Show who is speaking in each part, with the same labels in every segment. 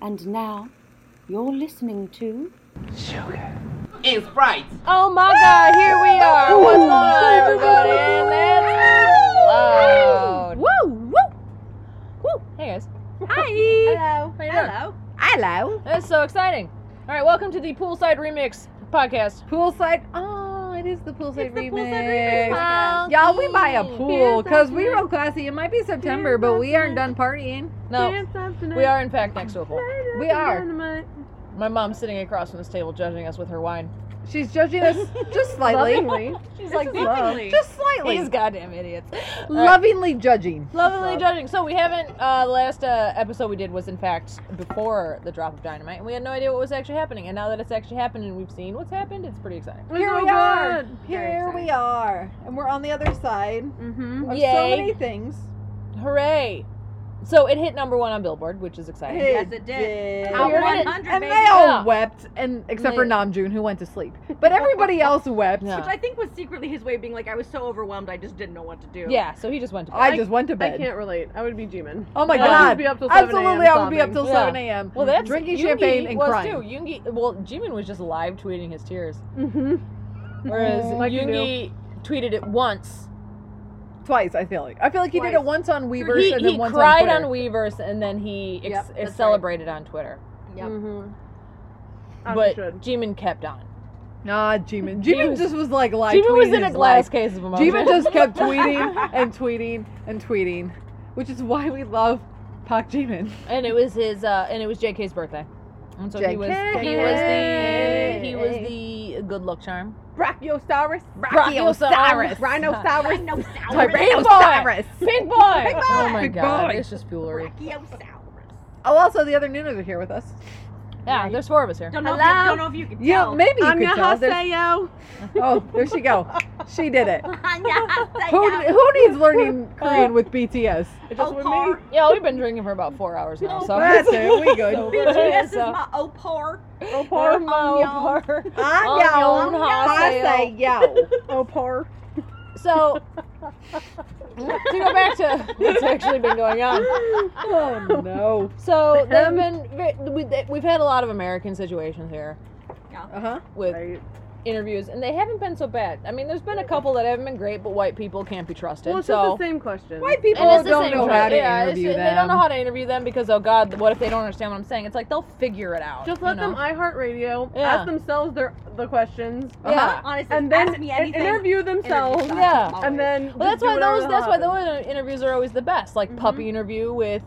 Speaker 1: And now, you're listening to.
Speaker 2: and Sprite.
Speaker 3: Oh my god, here we are. What's going on, everybody? And that's loud.
Speaker 4: Woo! Woo!
Speaker 3: Woo. Hey guys.
Speaker 4: Hi!
Speaker 3: Hello. How you doing?
Speaker 4: Hello. Hello.
Speaker 3: That's so exciting. All right, welcome to the Poolside Remix podcast.
Speaker 4: Poolside. Oh, it is the poolside
Speaker 3: It's the
Speaker 4: remix.
Speaker 3: poolside remix.
Speaker 4: Wow. Y'all, we buy a pool
Speaker 3: Here's
Speaker 4: because
Speaker 3: something.
Speaker 4: we real classy. It might be September,
Speaker 3: Here's
Speaker 4: but we aren't done
Speaker 3: something.
Speaker 4: partying.
Speaker 3: No, we are in fact next to a pool.
Speaker 4: We are.
Speaker 3: My mom's sitting across from this table judging us with her wine.
Speaker 4: She's judging us just slightly.
Speaker 3: Lovingly. She's
Speaker 4: like, lovingly. Just slightly.
Speaker 3: These goddamn idiots. All right.
Speaker 4: Lovingly judging.
Speaker 3: Lovingly judging. So we haven't. Uh, the last uh, episode we did was in fact before the drop of dynamite, and we had no idea what was actually happening. And now that it's actually happened, and we've seen what's happened, it's pretty exciting.
Speaker 4: Here we are. Here we are. And we're on the other side
Speaker 1: Mm-hmm.
Speaker 4: of so
Speaker 3: Yay.
Speaker 4: many things.
Speaker 3: Hooray! So it hit number one on Billboard, which is exciting.
Speaker 4: Yes,
Speaker 1: it did.
Speaker 3: Out
Speaker 4: We're in
Speaker 3: one
Speaker 4: it.
Speaker 1: hundred,
Speaker 4: And
Speaker 1: baby.
Speaker 4: they all
Speaker 3: Yeah.
Speaker 4: wept, and except for
Speaker 3: They-
Speaker 4: Namjoon, who went to sleep. But everybody else wept.
Speaker 3: Yeah.
Speaker 1: I think was secretly his way of being like, I was so overwhelmed, I just didn't know what to do.
Speaker 3: Yeah, so he just went to bed.
Speaker 4: I just went to
Speaker 5: I
Speaker 4: bed.
Speaker 5: can't relate. I would be G-Man.
Speaker 4: Oh my
Speaker 3: No.
Speaker 5: I
Speaker 4: god!
Speaker 5: would be up till 7
Speaker 4: Absolutely, I would be up till
Speaker 3: Yeah.
Speaker 4: 7 a.m.
Speaker 3: well, that's
Speaker 4: drinking
Speaker 3: Yoongi
Speaker 4: champagne and
Speaker 3: was
Speaker 4: crying.
Speaker 3: too. Yoongi, well, Jimin was just live tweeting his tears,
Speaker 5: Mm-hmm.
Speaker 3: whereas
Speaker 4: Mm-hmm.
Speaker 5: Like you
Speaker 3: Yoongi tweeted it once.
Speaker 4: Twice, I feel like. I feel like he did it
Speaker 1: Twice.
Speaker 4: once on Weavers
Speaker 3: He,
Speaker 4: and then
Speaker 3: he
Speaker 4: once
Speaker 3: cried
Speaker 4: on,
Speaker 3: on,
Speaker 4: Twitter.
Speaker 3: Weavers, and then he
Speaker 1: Yep,
Speaker 3: ex- uh,
Speaker 1: that's right.
Speaker 3: celebrated on Twitter.
Speaker 1: Yep.
Speaker 3: but Jimin kept on.
Speaker 4: Nah, Jimin.
Speaker 3: He
Speaker 4: Jimin
Speaker 3: was-
Speaker 4: just was like live.
Speaker 3: Jimin was
Speaker 4: tweeting
Speaker 3: in a
Speaker 4: his
Speaker 3: glass
Speaker 4: life.
Speaker 3: case of emotion.
Speaker 4: Jimin just kept tweeting and tweeting and tweeting, which is why we love Pak Jimin.
Speaker 3: and it was his uh and it was JK's birthday. And so he was he was the
Speaker 4: JK.
Speaker 3: he was the good luck charm.
Speaker 5: Brachiosaurus.
Speaker 3: Brachiosaurus.
Speaker 5: Rhinosaurus.
Speaker 3: Pink boy. Pink boy. Oh my
Speaker 4: Pink
Speaker 3: god,
Speaker 4: boy.
Speaker 3: it's just foolery.
Speaker 4: Oh, also the other Nunas are here with us.
Speaker 3: Yeah, there's four of us here.
Speaker 1: Don't know, if you, don't know if you can
Speaker 4: Yeah,
Speaker 1: tell.
Speaker 4: maybe you could tell. There's-
Speaker 5: Annyeonghaseyo.
Speaker 4: Oh, there she go. She did it. Who, who needs learning Korean with BTS?
Speaker 5: It just went
Speaker 1: Opar.
Speaker 5: me.
Speaker 3: Yeah, we've been drinking for about four hours now, so
Speaker 4: That's it. We good.
Speaker 3: So-
Speaker 1: BTS is
Speaker 3: So-
Speaker 1: my opar.
Speaker 3: Poor
Speaker 5: Opar.
Speaker 3: Mo,
Speaker 1: Annyeong.
Speaker 3: poor-
Speaker 4: Annyeong
Speaker 3: Annyeonghaseyo.
Speaker 4: Haseyo.
Speaker 5: Opar.
Speaker 3: So to go back to what's actually been going on.
Speaker 4: Oh no.
Speaker 3: So they've
Speaker 5: Ahem.
Speaker 3: been ve- we- they- we've had a lot of American situations here
Speaker 4: Uh huh.
Speaker 3: with
Speaker 5: Right.
Speaker 3: interviews, and they haven't been so bad. I mean, there's been a couple that haven't been great, but white people can't be trusted.
Speaker 5: Well, it's
Speaker 3: so
Speaker 5: just the same question.
Speaker 4: White
Speaker 3: And
Speaker 4: people
Speaker 3: it's the
Speaker 4: don't
Speaker 3: same
Speaker 4: know
Speaker 3: thing.
Speaker 4: how to
Speaker 3: yeah, it's
Speaker 4: interview
Speaker 3: just-
Speaker 4: them.
Speaker 3: They don't know how to interview them because oh god, what if they don't understand what I'm saying? It's like they'll figure it out.
Speaker 5: Just
Speaker 3: you
Speaker 5: let
Speaker 3: know?
Speaker 5: them iHeartRadio
Speaker 3: Yeah.
Speaker 5: ask uh-huh. themselves their the questions,
Speaker 4: Uh-huh.
Speaker 3: Yeah.
Speaker 1: Honestly,
Speaker 5: and then
Speaker 1: ask me
Speaker 5: and
Speaker 1: anything.
Speaker 5: interview themselves,
Speaker 1: Interview
Speaker 3: Yeah.
Speaker 1: stuff,
Speaker 5: and
Speaker 1: always.
Speaker 5: then
Speaker 3: Well, that's
Speaker 5: just do
Speaker 3: why
Speaker 5: whatever
Speaker 3: those
Speaker 5: the
Speaker 3: that's why
Speaker 5: hell happens.
Speaker 3: those interviews are always the best. Like puppy interview with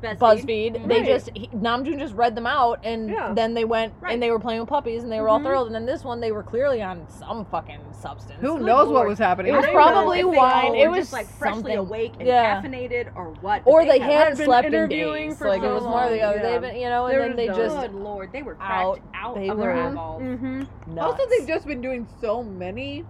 Speaker 3: BuzzFeed. They
Speaker 5: Right.
Speaker 3: just he, Namjoon just read them out, and
Speaker 5: Yeah.
Speaker 3: then they went
Speaker 1: Right.
Speaker 3: and they were playing with puppies, and they were all
Speaker 5: Mhm.
Speaker 3: thrilled. And then this one, they were clearly on some fucking substance.
Speaker 4: Who
Speaker 3: Good
Speaker 4: knows
Speaker 3: lord.
Speaker 4: what was happening?
Speaker 3: It was
Speaker 1: I don't know
Speaker 3: probably
Speaker 1: if they
Speaker 3: wine.
Speaker 1: all
Speaker 3: It
Speaker 1: were
Speaker 3: was
Speaker 1: just like freshly
Speaker 3: something.
Speaker 1: awake and
Speaker 3: Yeah.
Speaker 1: caffeinated or what. but
Speaker 3: Or they,
Speaker 1: had-
Speaker 3: hadn't
Speaker 5: been
Speaker 3: slept in
Speaker 5: interviewing
Speaker 3: days.
Speaker 5: for
Speaker 3: Like it
Speaker 5: so
Speaker 3: was more the
Speaker 5: long,
Speaker 3: other.
Speaker 5: yeah.
Speaker 3: They've been, you know,
Speaker 5: They were
Speaker 3: and then they
Speaker 5: just
Speaker 3: just
Speaker 1: Good lord, they were
Speaker 3: out.
Speaker 1: cracked out
Speaker 3: They
Speaker 1: of
Speaker 3: were
Speaker 1: their
Speaker 3: Mhm.
Speaker 1: eyeballs.
Speaker 5: Mhm.
Speaker 3: nuts.
Speaker 4: Also, they've just been doing so many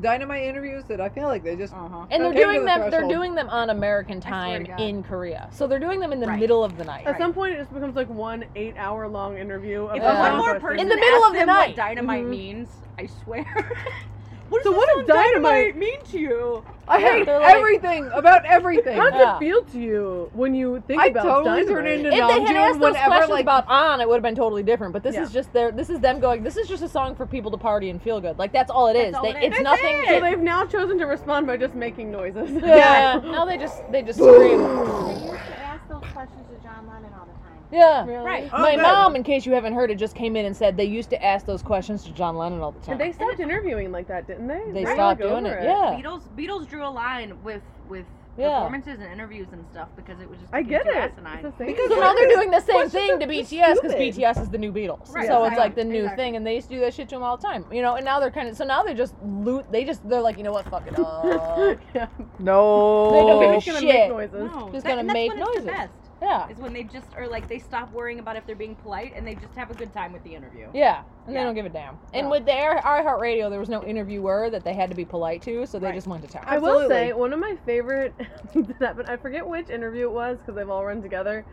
Speaker 4: dynamite interviews that I feel like they just.
Speaker 1: Uh-huh.
Speaker 3: And they're
Speaker 4: Came to
Speaker 3: doing
Speaker 4: the
Speaker 3: them.
Speaker 4: threshold.
Speaker 3: They're doing them on American
Speaker 1: swear
Speaker 3: time
Speaker 1: to God.
Speaker 3: in Korea. So they're doing them in the
Speaker 1: Right.
Speaker 3: middle of the night.
Speaker 5: At some point, it just becomes like one eight-hour-long interview. Of
Speaker 1: If
Speaker 3: Yeah.
Speaker 1: one more
Speaker 5: questions.
Speaker 1: person
Speaker 3: In the middle
Speaker 1: asks
Speaker 3: of the
Speaker 1: them
Speaker 3: night. Mm-hmm.
Speaker 1: what dynamite
Speaker 5: Mhm.
Speaker 1: means, I swear. what
Speaker 5: So
Speaker 1: does
Speaker 5: what
Speaker 1: the
Speaker 5: does
Speaker 1: song
Speaker 5: dynamite-
Speaker 1: mean to you?
Speaker 4: I
Speaker 3: Yeah,
Speaker 4: hate
Speaker 3: they're like-
Speaker 4: everything about everything.
Speaker 5: How does
Speaker 3: Yeah.
Speaker 5: it feel to you when you think
Speaker 4: I
Speaker 5: about
Speaker 4: totally
Speaker 5: dynamite?
Speaker 4: turn into
Speaker 3: if they had
Speaker 4: Namjoon
Speaker 3: asked those
Speaker 4: whenever,
Speaker 3: questions
Speaker 4: like-
Speaker 3: about on, it would have been totally different. But this
Speaker 5: Yeah.
Speaker 3: is just their. This is them going. This is just a song for people to party and feel good. Like that's all it is.
Speaker 1: That's all
Speaker 3: They-
Speaker 1: it is.
Speaker 3: It's
Speaker 1: That's
Speaker 3: nothing.
Speaker 5: So they've now chosen to respond by just making noises.
Speaker 3: Yeah. Now they just they just scream.
Speaker 6: They used to ask those questions to John Lennon all the time.
Speaker 3: Yeah.
Speaker 5: Really?
Speaker 1: Right.
Speaker 4: Oh,
Speaker 3: My
Speaker 4: good.
Speaker 3: mom, in case you haven't heard it, just came in and said they used to ask those questions to John Lennon all the time.
Speaker 5: And they stopped interviewing like that, didn't they?
Speaker 3: They
Speaker 5: They're,
Speaker 3: stopped
Speaker 5: like,
Speaker 3: doing
Speaker 5: over
Speaker 3: it. Yeah.
Speaker 1: Beatles Beatles drew a line with with
Speaker 3: Yeah.
Speaker 1: performances and interviews and stuff because it was just
Speaker 5: I get
Speaker 1: too
Speaker 5: it.
Speaker 1: asinine.
Speaker 5: It's the same
Speaker 4: Because
Speaker 3: So
Speaker 5: thing.
Speaker 3: now they're doing the same
Speaker 4: Questions
Speaker 3: thing
Speaker 4: are
Speaker 3: to
Speaker 4: just
Speaker 3: BTS because
Speaker 4: stupid.
Speaker 3: BTS is the new Beatles.
Speaker 1: Right,
Speaker 3: so
Speaker 1: yeah,
Speaker 3: it's like the new
Speaker 1: exactly.
Speaker 3: thing, and they used to do that shit to them all the time, you know. And now they're kind of so now they're just loot. They just they're like, you know what, fuck it up.
Speaker 5: yeah.
Speaker 4: no.
Speaker 3: They don't
Speaker 5: They're
Speaker 3: give
Speaker 5: just gonna
Speaker 3: shit.
Speaker 5: make noises.
Speaker 1: No,
Speaker 3: Just
Speaker 1: that-
Speaker 3: gonna
Speaker 1: and that's
Speaker 3: make
Speaker 1: when it's
Speaker 3: noises.
Speaker 1: The best,
Speaker 3: yeah,
Speaker 1: is when they just are like they stop worrying about if they're being polite and they just have a good time with the interview.
Speaker 3: yeah, and they
Speaker 1: Yeah.
Speaker 3: don't give a damn. And
Speaker 1: No.
Speaker 3: with their iHeartRadio, there was no interviewer that they had to be polite to, so they
Speaker 1: Right.
Speaker 3: just went to town.
Speaker 5: I will
Speaker 4: Absolutely.
Speaker 5: say one of my favorite that but I forget which interview it was because they've all run together.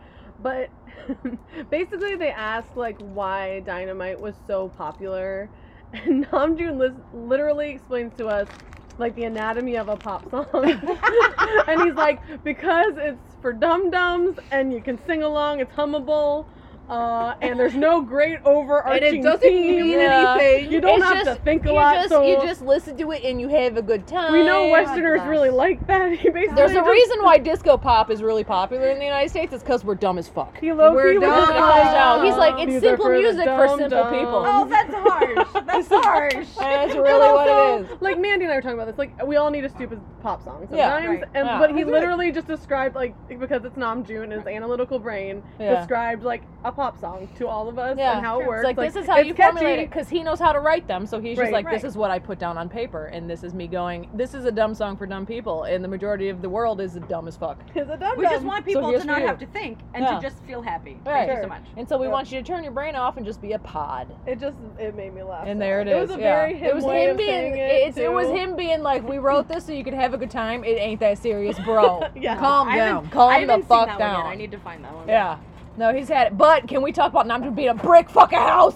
Speaker 5: But basically, they asked like why Dynamite was so popular, and Namjoon lis- literally explains to us like the anatomy of a pop song, and he's like because it's for dum dums and you can sing along, it's hummable. Uh, and there's no great overarching theme.
Speaker 3: Yeah.
Speaker 4: anything.
Speaker 5: You don't
Speaker 3: It's
Speaker 5: have
Speaker 3: just-
Speaker 5: to think a
Speaker 3: you
Speaker 5: lot.
Speaker 3: just
Speaker 5: so
Speaker 3: you just listen to it and you have a good time.
Speaker 5: we know Westerners
Speaker 6: gosh.
Speaker 5: really like that. He basically
Speaker 3: There's a
Speaker 5: just-
Speaker 3: reason why disco pop is really popular in the United States. It's because we're dumb as fuck.
Speaker 5: He low
Speaker 4: We're
Speaker 5: key was
Speaker 4: dumb.
Speaker 5: just like,
Speaker 3: No, he's like, it's
Speaker 5: These are
Speaker 3: simple
Speaker 5: for the
Speaker 3: music for
Speaker 5: dumb
Speaker 3: simple
Speaker 5: dumb.
Speaker 3: people.
Speaker 6: Oh, that's harsh. That's harsh.
Speaker 3: And that's
Speaker 5: And
Speaker 3: really what
Speaker 5: also,
Speaker 3: it is.
Speaker 5: Like Mandy and I were talking about this. Like we all need a stupid pop song
Speaker 3: Yeah,
Speaker 5: sometimes.
Speaker 1: right.
Speaker 5: And
Speaker 3: Yeah.
Speaker 5: but he literally just described like because it's Nam June, his analytical brain
Speaker 3: Yeah.
Speaker 5: described like a pop song to all of us
Speaker 3: Yeah.
Speaker 5: and how it works.
Speaker 3: It's like, this is how
Speaker 5: it's
Speaker 3: you
Speaker 5: catchy.
Speaker 3: formulate it because he knows how to write them. So he's just
Speaker 5: Right,
Speaker 3: like, this
Speaker 1: right.
Speaker 3: is what I put down on paper, and this is me going, this is a dumb song for dumb people, and the majority of the world is dumb as fuck.
Speaker 5: It's a dumb
Speaker 1: We just want
Speaker 3: So
Speaker 1: people
Speaker 3: here's
Speaker 1: to
Speaker 3: for
Speaker 1: not
Speaker 3: you.
Speaker 1: have to think and
Speaker 3: Yeah.
Speaker 1: to just feel happy.
Speaker 3: Right.
Speaker 1: Thank you
Speaker 5: Sure.
Speaker 1: so much.
Speaker 3: And so we
Speaker 5: Yeah.
Speaker 3: want you to turn your brain off and just be a pod.
Speaker 5: It just it made me laugh.
Speaker 3: And
Speaker 5: so
Speaker 3: there
Speaker 5: hard.
Speaker 3: it is.
Speaker 5: It was a
Speaker 3: yeah.
Speaker 5: very him
Speaker 3: it was
Speaker 5: way
Speaker 3: him
Speaker 5: of
Speaker 3: being.
Speaker 5: saying
Speaker 3: it's, it was
Speaker 5: too.
Speaker 3: him being like, we wrote this so you could have a good time. It ain't that serious, bro.
Speaker 5: Yeah.
Speaker 4: Calm
Speaker 1: I
Speaker 4: down.
Speaker 1: haven't,
Speaker 3: Calm
Speaker 1: I
Speaker 3: the
Speaker 1: haven't seen
Speaker 3: fuck
Speaker 1: that One
Speaker 3: down.
Speaker 1: yet. I need to find that one.
Speaker 3: Yeah. No, he's had it. But can we talk about Namjoon being a brick fucking house?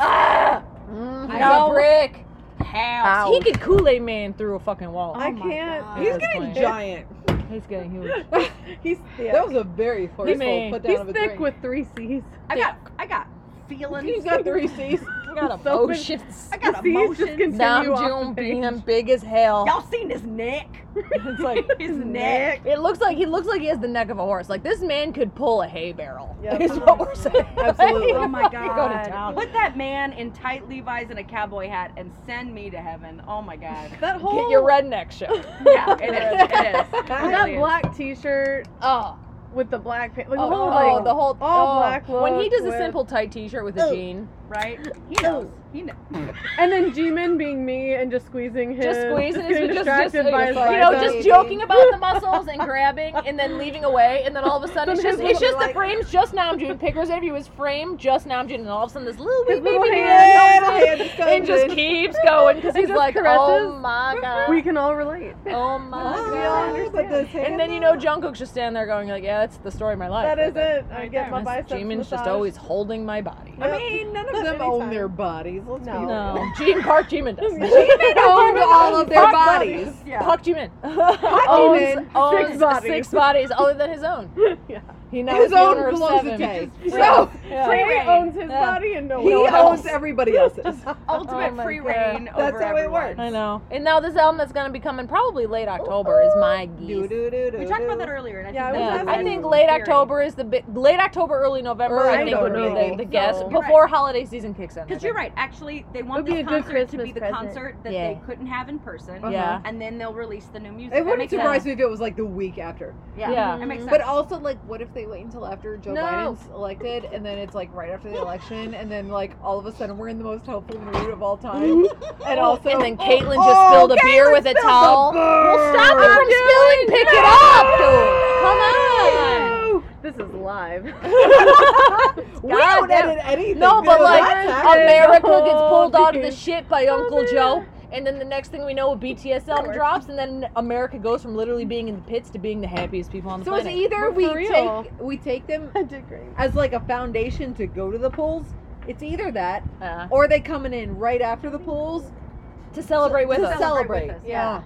Speaker 3: Mm, he's
Speaker 1: No.
Speaker 3: a brick.
Speaker 1: Ah! House.
Speaker 3: He could Kool Aid Man through a fucking wall.
Speaker 5: I
Speaker 1: Oh my
Speaker 5: can't.
Speaker 1: God.
Speaker 4: He's getting
Speaker 3: It-
Speaker 4: giant.
Speaker 3: He's getting huge.
Speaker 5: He's thick.
Speaker 4: That was a very
Speaker 3: may-
Speaker 4: forceful put down
Speaker 5: He's
Speaker 4: of a
Speaker 5: thick
Speaker 4: drink.
Speaker 5: with three C's.
Speaker 1: I got. I got feelings.
Speaker 4: He's got three C's.
Speaker 3: I got emotions.
Speaker 1: I got
Speaker 5: The C's just
Speaker 1: emotions.
Speaker 3: Namjoon being big as hell.
Speaker 1: Y'all seen his neck?
Speaker 3: It's like
Speaker 1: His neck.
Speaker 3: it looks like he looks like he has the neck of a horse. Like this man could pull a hay barrel.
Speaker 5: Yep.
Speaker 3: Is what we're saying.
Speaker 5: Absolutely.
Speaker 1: Oh my
Speaker 3: Like, you Go to
Speaker 1: God.
Speaker 3: town.
Speaker 1: Put that man in tight Levi's and a cowboy hat and send me to heaven. Oh my God.
Speaker 5: That whole
Speaker 3: Get your redneck show.
Speaker 1: Yeah, it is. It is. It
Speaker 5: with
Speaker 1: really
Speaker 5: that
Speaker 1: is.
Speaker 5: black T-shirt
Speaker 3: Oh,
Speaker 5: with the black pants. Like,
Speaker 3: oh,
Speaker 5: the whole,
Speaker 3: oh,
Speaker 5: like,
Speaker 3: the whole
Speaker 5: all
Speaker 3: oh.
Speaker 5: black
Speaker 3: When he
Speaker 5: look
Speaker 3: does a
Speaker 5: with- Oh.
Speaker 3: simple tight T-shirt with a
Speaker 4: Ugh.
Speaker 3: jean,
Speaker 1: right? He knows. He knows.
Speaker 5: And then G-Man being me and just squeezing him.
Speaker 3: just squeezing his,
Speaker 5: getting
Speaker 3: just, just,
Speaker 5: distracted by his
Speaker 3: you know,
Speaker 5: biceps.
Speaker 3: just joking about the muscles and grabbing and then leaving away, and then all of a sudden it's just,
Speaker 5: Sometimes
Speaker 3: it's just
Speaker 5: we'll be
Speaker 3: the frame's just Namjoon. Picker's interview is frame just Namjoon, and all of a sudden this little wee
Speaker 5: His little
Speaker 3: baby hand
Speaker 5: hand
Speaker 4: Yeah,
Speaker 3: comes in and just keeps going because
Speaker 5: And
Speaker 3: he's
Speaker 5: just
Speaker 3: like, oh
Speaker 5: caresses.
Speaker 3: my god,
Speaker 5: We can all relate.
Speaker 3: oh my
Speaker 4: Oh, we all
Speaker 3: god.
Speaker 4: understand this.
Speaker 3: And then you know Jungkook's just standing there going like, yeah, that's the story of my life.
Speaker 5: That is it. I
Speaker 1: Right
Speaker 5: get
Speaker 1: there.
Speaker 5: my
Speaker 3: That's-
Speaker 5: biceps
Speaker 3: Jimin's just
Speaker 5: massaged.
Speaker 3: always holding my body.
Speaker 4: I mean, none of them own their bodies. Let's
Speaker 5: No.
Speaker 4: be
Speaker 3: No, Jimin Park Jimin does.
Speaker 4: They owned all of their
Speaker 3: Fuck
Speaker 4: bodies.
Speaker 1: Yeah.
Speaker 3: Park Jimin
Speaker 4: Jimin,
Speaker 3: owns, owns
Speaker 5: six bodies.
Speaker 3: six bodies other than his own.
Speaker 5: Yeah.
Speaker 3: He now is
Speaker 4: His
Speaker 3: the
Speaker 4: own
Speaker 3: owner of seven.
Speaker 4: velocity. So
Speaker 3: Yeah.
Speaker 5: Free
Speaker 1: Free
Speaker 5: owns his
Speaker 3: Yeah.
Speaker 5: body and no
Speaker 4: he
Speaker 5: one
Speaker 4: owns everybody else's.
Speaker 1: Ultimate
Speaker 3: Oh my
Speaker 1: free
Speaker 3: God.
Speaker 1: reign
Speaker 4: That's
Speaker 1: over
Speaker 4: how it
Speaker 1: everyone.
Speaker 4: works.
Speaker 3: I know. And now this album that's gonna be coming probably late October is my
Speaker 4: Do,
Speaker 3: guess.
Speaker 4: do, do, do,
Speaker 1: We talked about
Speaker 4: do.
Speaker 1: that earlier, and I
Speaker 5: Yeah,
Speaker 1: think
Speaker 5: was
Speaker 3: Yeah.
Speaker 1: that's
Speaker 3: I
Speaker 5: asking
Speaker 3: think
Speaker 1: the
Speaker 3: late
Speaker 1: theory.
Speaker 3: October is the bi- late October, early November. I
Speaker 5: Early
Speaker 3: think would be
Speaker 5: November.
Speaker 3: the, the guess
Speaker 5: So-
Speaker 1: You're
Speaker 3: before holiday season kicks in. I
Speaker 1: Because you're right.
Speaker 3: think.
Speaker 1: Actually, they want
Speaker 5: Would
Speaker 1: this
Speaker 5: be a good
Speaker 1: concert to be
Speaker 5: Christmas
Speaker 1: the
Speaker 5: present.
Speaker 1: concert that
Speaker 3: Yeah.
Speaker 1: they couldn't have in person.
Speaker 4: Uh-huh.
Speaker 3: Yeah.
Speaker 1: And then they'll release the new music.
Speaker 4: It
Speaker 1: That
Speaker 4: wouldn't
Speaker 1: makes
Speaker 4: surprise
Speaker 1: sense.
Speaker 4: me if it was like the week after.
Speaker 1: Yeah.
Speaker 3: Yeah.
Speaker 1: That makes sense.
Speaker 4: But also, like, what if they wait until after Joe
Speaker 3: No.
Speaker 4: Biden's elected, and then it's like right after the election, and then like all of a sudden we're in the most hopeful mood of all time, and
Speaker 3: Oh,
Speaker 4: also Oh,
Speaker 3: and then Caitlyn just spilled a beer with a towel. Well, stop it from spilling. Pick it up. Come on.
Speaker 5: This is live.
Speaker 4: We don't
Speaker 3: Goddamn-
Speaker 4: edit anything.
Speaker 3: No, but
Speaker 4: so
Speaker 3: like
Speaker 4: that's
Speaker 5: That's
Speaker 4: happening.
Speaker 5: it.
Speaker 3: America
Speaker 5: Oh,
Speaker 3: gets pulled out of the
Speaker 5: geez.
Speaker 3: shit by Uncle
Speaker 5: man.
Speaker 3: Joe, and then the next thing we know, a BTS album drops, and then America goes from literally being in the pits to being the happiest people on the
Speaker 4: So it's
Speaker 3: planet.
Speaker 4: either
Speaker 5: But
Speaker 4: we
Speaker 5: for real.
Speaker 4: take we take them
Speaker 5: I did great.
Speaker 4: as like a foundation to go to the polls. It's either that,
Speaker 3: Uh,
Speaker 4: or they coming in right after the polls
Speaker 3: to celebrate with
Speaker 4: to
Speaker 3: us.
Speaker 1: Celebrate
Speaker 4: celebrate.
Speaker 1: with us, yeah.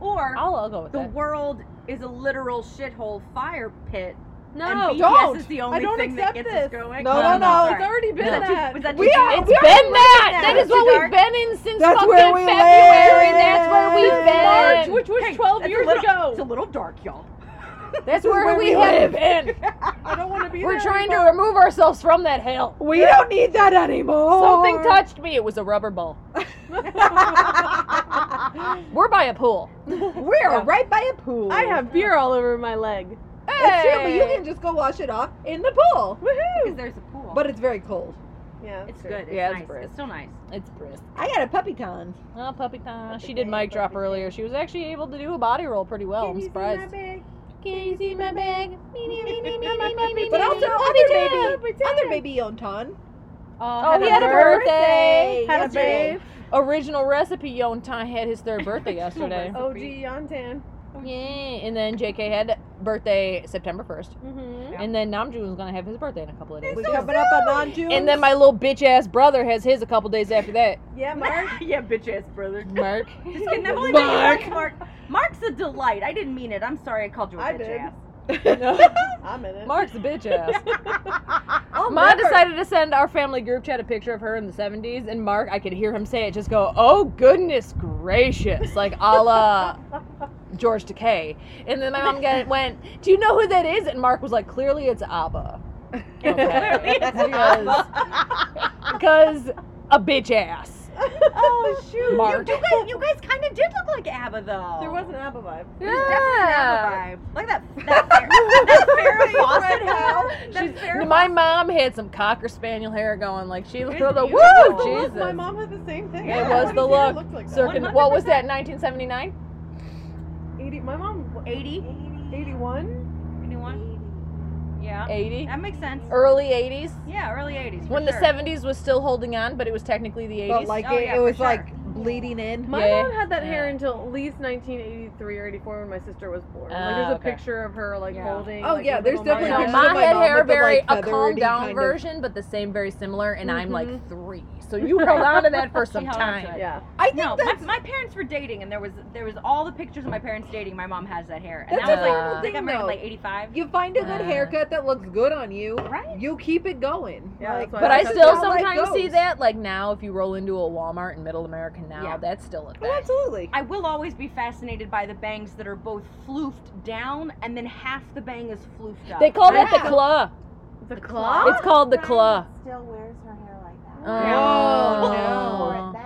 Speaker 1: or
Speaker 3: I'll, I'll go with
Speaker 1: the
Speaker 3: that.
Speaker 1: world is a literal shithole fire pit.
Speaker 5: No,
Speaker 1: and BTS
Speaker 4: don't.
Speaker 1: is the only
Speaker 5: I don't
Speaker 1: thing that
Speaker 5: accept
Speaker 1: gets us
Speaker 5: this.
Speaker 1: going.
Speaker 4: No, no,
Speaker 1: I'm
Speaker 4: no,
Speaker 1: sorry.
Speaker 4: it's
Speaker 5: already been
Speaker 1: Was that too-
Speaker 5: that.
Speaker 1: was that
Speaker 4: We
Speaker 1: too
Speaker 4: are-
Speaker 1: dark?
Speaker 3: It's been that.
Speaker 1: that.
Speaker 3: That is
Speaker 1: Too
Speaker 3: what we've
Speaker 1: dark.
Speaker 3: been in since
Speaker 4: That's
Speaker 3: fucking
Speaker 4: where we
Speaker 3: February.
Speaker 4: live.
Speaker 3: That's where we've
Speaker 4: March,
Speaker 3: been.
Speaker 5: which was
Speaker 1: Hey,
Speaker 5: 12
Speaker 1: that's a
Speaker 5: years
Speaker 1: little- It's a
Speaker 5: ago.
Speaker 1: little dark, y'all.
Speaker 3: That's
Speaker 4: is
Speaker 3: where,
Speaker 4: where
Speaker 3: we,
Speaker 4: we
Speaker 3: have been.
Speaker 5: I don't want to be
Speaker 3: We're
Speaker 5: there
Speaker 3: trying to
Speaker 5: anymore.
Speaker 3: remove ourselves from that hell.
Speaker 4: We don't need that anymore.
Speaker 3: Something touched me. It was a rubber ball. We're by a pool.
Speaker 4: We're right by a pool.
Speaker 5: I have beer all over my leg.
Speaker 4: It's true, but you
Speaker 3: Hey.
Speaker 4: can just go wash it off in the pool.
Speaker 1: Because there's a pool.
Speaker 4: But it's very cold.
Speaker 5: Yeah,
Speaker 1: it's good. It's
Speaker 3: Yeah, it's
Speaker 1: nice.
Speaker 3: brisk.
Speaker 1: It's still nice.
Speaker 3: It's brisk.
Speaker 4: I got a puppy con.
Speaker 3: Oh, puppy time. She did mic drop earlier. She was actually able to do a body roll pretty well. I'm surprised. Can you see my bag? Me, me, me, me, me, me, me, me,
Speaker 4: But
Speaker 3: me,
Speaker 4: also
Speaker 3: me,
Speaker 4: other
Speaker 3: me, me.
Speaker 4: baby, other baby on ton.
Speaker 3: Oh, he had a
Speaker 5: bird-
Speaker 3: birthday.
Speaker 5: Had a
Speaker 4: yesterday.
Speaker 5: babe.
Speaker 3: Original recipe Yontan had his third birthday yesterday. Oh,
Speaker 5: OG Yontan.
Speaker 3: Yeah, and then JK had birthday September 1st.
Speaker 5: Mm-hmm.
Speaker 3: And then Namjoon was going to have his birthday in a couple of days.
Speaker 4: We coming up on non June.
Speaker 3: And then my little bitch ass brother has his a couple days after that.
Speaker 5: Yeah, Mark.
Speaker 1: yeah, bitch ass brother.
Speaker 3: Mark.
Speaker 1: Just kidding. I've only
Speaker 4: Mark.
Speaker 1: been Mark. Mark's a delight. I didn't mean it. I'm sorry. I called you a
Speaker 5: I
Speaker 1: bitch
Speaker 5: did.
Speaker 1: ass.
Speaker 5: I'm in it.
Speaker 3: Mark's a bitch ass.
Speaker 4: oh
Speaker 3: Ma decided to send our family group chat a picture of her in the 70s, and Mark, I could hear him say it, just go, oh goodness gracious, like a la George Takei. And then my mom get, went, do you know who that is? And Mark was like, clearly it's ABBA. Okay. because, because a bitch ass.
Speaker 6: Oh shoot!
Speaker 3: Mark.
Speaker 6: You, do guys, you guys kind of did look like ABBA though.
Speaker 4: There was an ABBA vibe.
Speaker 6: ABBA vibe. Like that. That, Farrah- that Farrah Fawcett hat. That Farrah
Speaker 3: My mom had some cocker spaniel hair going, like she looked
Speaker 6: It's
Speaker 3: the
Speaker 6: beautiful.
Speaker 3: woo
Speaker 4: Oh, look,
Speaker 3: Jesus.
Speaker 4: my mom had the same thing.
Speaker 3: It
Speaker 4: I
Speaker 3: was
Speaker 4: would've
Speaker 3: the
Speaker 4: seen her
Speaker 3: look.
Speaker 4: looked like that.
Speaker 3: Circa- what was that? 1979.
Speaker 4: 80, my mom,
Speaker 6: 80.
Speaker 4: 81?
Speaker 6: 81? Yeah.
Speaker 3: 80.
Speaker 6: That makes sense.
Speaker 3: Early 80s.
Speaker 6: yeah, early 80s. for
Speaker 3: When the
Speaker 6: sure.
Speaker 3: 70s was still holding on, but it was technically the 80s.
Speaker 4: But like
Speaker 6: Oh,
Speaker 4: it,
Speaker 6: yeah,
Speaker 4: it
Speaker 6: for
Speaker 4: was
Speaker 6: sure.
Speaker 4: like bleeding in.
Speaker 5: My
Speaker 3: Yeah.
Speaker 5: mom had that hair
Speaker 3: Yeah.
Speaker 5: until at least 1983 or 84 when my sister was born. like there's
Speaker 3: Ah,
Speaker 5: a
Speaker 3: okay.
Speaker 5: picture of her like
Speaker 6: Yeah.
Speaker 5: holding.
Speaker 4: Oh,
Speaker 5: like,
Speaker 4: yeah,
Speaker 5: a
Speaker 4: there's
Speaker 5: little
Speaker 4: definitely
Speaker 5: Mario.
Speaker 3: No,
Speaker 4: pictures
Speaker 3: mom
Speaker 4: of my
Speaker 3: had
Speaker 4: mom
Speaker 3: hair
Speaker 4: with the,
Speaker 3: very
Speaker 4: like,
Speaker 3: a
Speaker 4: feathery
Speaker 3: calm down
Speaker 4: kind of- Mm-hmm.
Speaker 3: version, but the same very similar, and I'm
Speaker 5: Mhm.
Speaker 3: like three. So you held on to that for
Speaker 6: She
Speaker 3: some
Speaker 6: held on to
Speaker 3: time.
Speaker 6: it.
Speaker 5: Yeah.
Speaker 3: I think
Speaker 6: No, my,
Speaker 3: that's
Speaker 6: my parents were dating, and there was there was all the pictures of my parents dating. My mom has that hair, and
Speaker 4: That's
Speaker 6: that
Speaker 3: a
Speaker 6: was
Speaker 3: horrible
Speaker 6: like they got
Speaker 4: thing,
Speaker 6: married at,
Speaker 4: though.
Speaker 6: like 85.
Speaker 4: You find a good
Speaker 3: Uh.
Speaker 4: haircut that looks good on you,
Speaker 6: Right?
Speaker 4: you keep it going.
Speaker 5: Yeah,
Speaker 4: Like,
Speaker 5: that's why
Speaker 3: but I
Speaker 5: That's
Speaker 3: still
Speaker 4: how life
Speaker 3: sometimes see
Speaker 4: goes.
Speaker 3: that. Like now, if you roll into a Walmart in Middle America now,
Speaker 6: Yeah.
Speaker 3: that's still a thing.
Speaker 4: Oh, absolutely.
Speaker 6: I will always be fascinated by the bangs that are both floofed down, and then half the bang is floofed up.
Speaker 3: They call that the
Speaker 4: Yeah.
Speaker 3: claw.
Speaker 5: The claw.
Speaker 3: It's called the claw.
Speaker 7: Still wears her hair like that.
Speaker 3: Oh,
Speaker 7: But then it's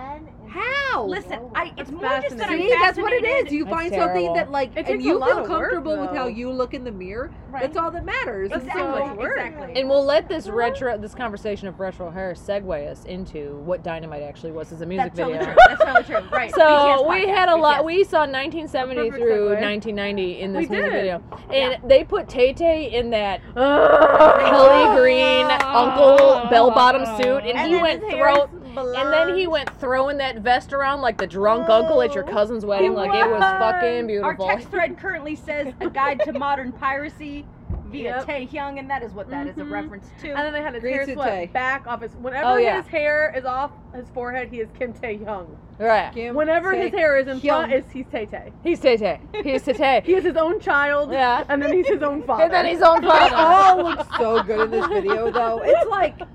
Speaker 4: How?
Speaker 6: Listen, I, it's
Speaker 5: That's
Speaker 6: more just that I'm
Speaker 4: See, that's what it
Speaker 6: fascinated-
Speaker 4: is. You
Speaker 3: That's
Speaker 4: find
Speaker 3: terrible.
Speaker 4: something that like,
Speaker 5: It
Speaker 4: and
Speaker 5: takes a
Speaker 4: you
Speaker 5: lot of
Speaker 4: feel
Speaker 5: work,
Speaker 4: comfortable with how
Speaker 5: though.
Speaker 4: you look in the mirror.
Speaker 6: Right.
Speaker 4: That's all that matters.
Speaker 5: That's
Speaker 4: So-
Speaker 5: so much
Speaker 6: Exactly.
Speaker 5: work.
Speaker 6: Exactly.
Speaker 3: And we'll let this retro, this conversation of retro hair, segue us into what Dynamite actually was as a music
Speaker 6: That's
Speaker 3: video.
Speaker 6: totally true. That's totally true. Right.
Speaker 3: So
Speaker 6: BTS
Speaker 3: we
Speaker 6: podcast,
Speaker 3: had a lot.
Speaker 6: BTS.
Speaker 3: We saw 1970
Speaker 5: Perfect
Speaker 3: through
Speaker 5: segue.
Speaker 3: 1990 in this
Speaker 5: We
Speaker 3: music
Speaker 5: did.
Speaker 3: video, and they put Tay Tay in that
Speaker 5: Ah.
Speaker 3: Kelly Green Uncle bell bottom suit, and,
Speaker 5: And
Speaker 3: he
Speaker 5: then
Speaker 3: went
Speaker 5: his hair
Speaker 3: throw.
Speaker 5: is
Speaker 3: And then he
Speaker 5: blonde.
Speaker 3: went throwing that vest around like the drunk
Speaker 5: Oh.
Speaker 3: uncle at your cousin's wedding. Like it was
Speaker 5: was.
Speaker 3: fucking
Speaker 6: Our
Speaker 3: beautiful.
Speaker 6: text thread currently says a guide to modern piracy via
Speaker 5: Yep.
Speaker 6: Tae Hyung, and that is what that is
Speaker 3: Mm-hmm.
Speaker 5: Mhm.
Speaker 6: a reference to.
Speaker 5: And then they had his
Speaker 4: Green
Speaker 5: hair
Speaker 4: suit
Speaker 5: swept
Speaker 4: tie.
Speaker 5: back off his. Whenever
Speaker 3: Oh, yeah.
Speaker 5: his hair is off his forehead, he is Kim Tae Young.
Speaker 3: Right.
Speaker 4: Kim
Speaker 5: Whenever his
Speaker 4: Tae-
Speaker 5: hair is in front,
Speaker 4: Hyung.
Speaker 5: is he's Tay Tay.
Speaker 3: He's Tay Tay. He's Tay Tay.
Speaker 5: He is his own child.
Speaker 3: Yeah.
Speaker 5: And then he's his own father.
Speaker 3: And then his own
Speaker 4: They
Speaker 5: Oh,
Speaker 3: father.
Speaker 4: all look so good in this video, though. It's like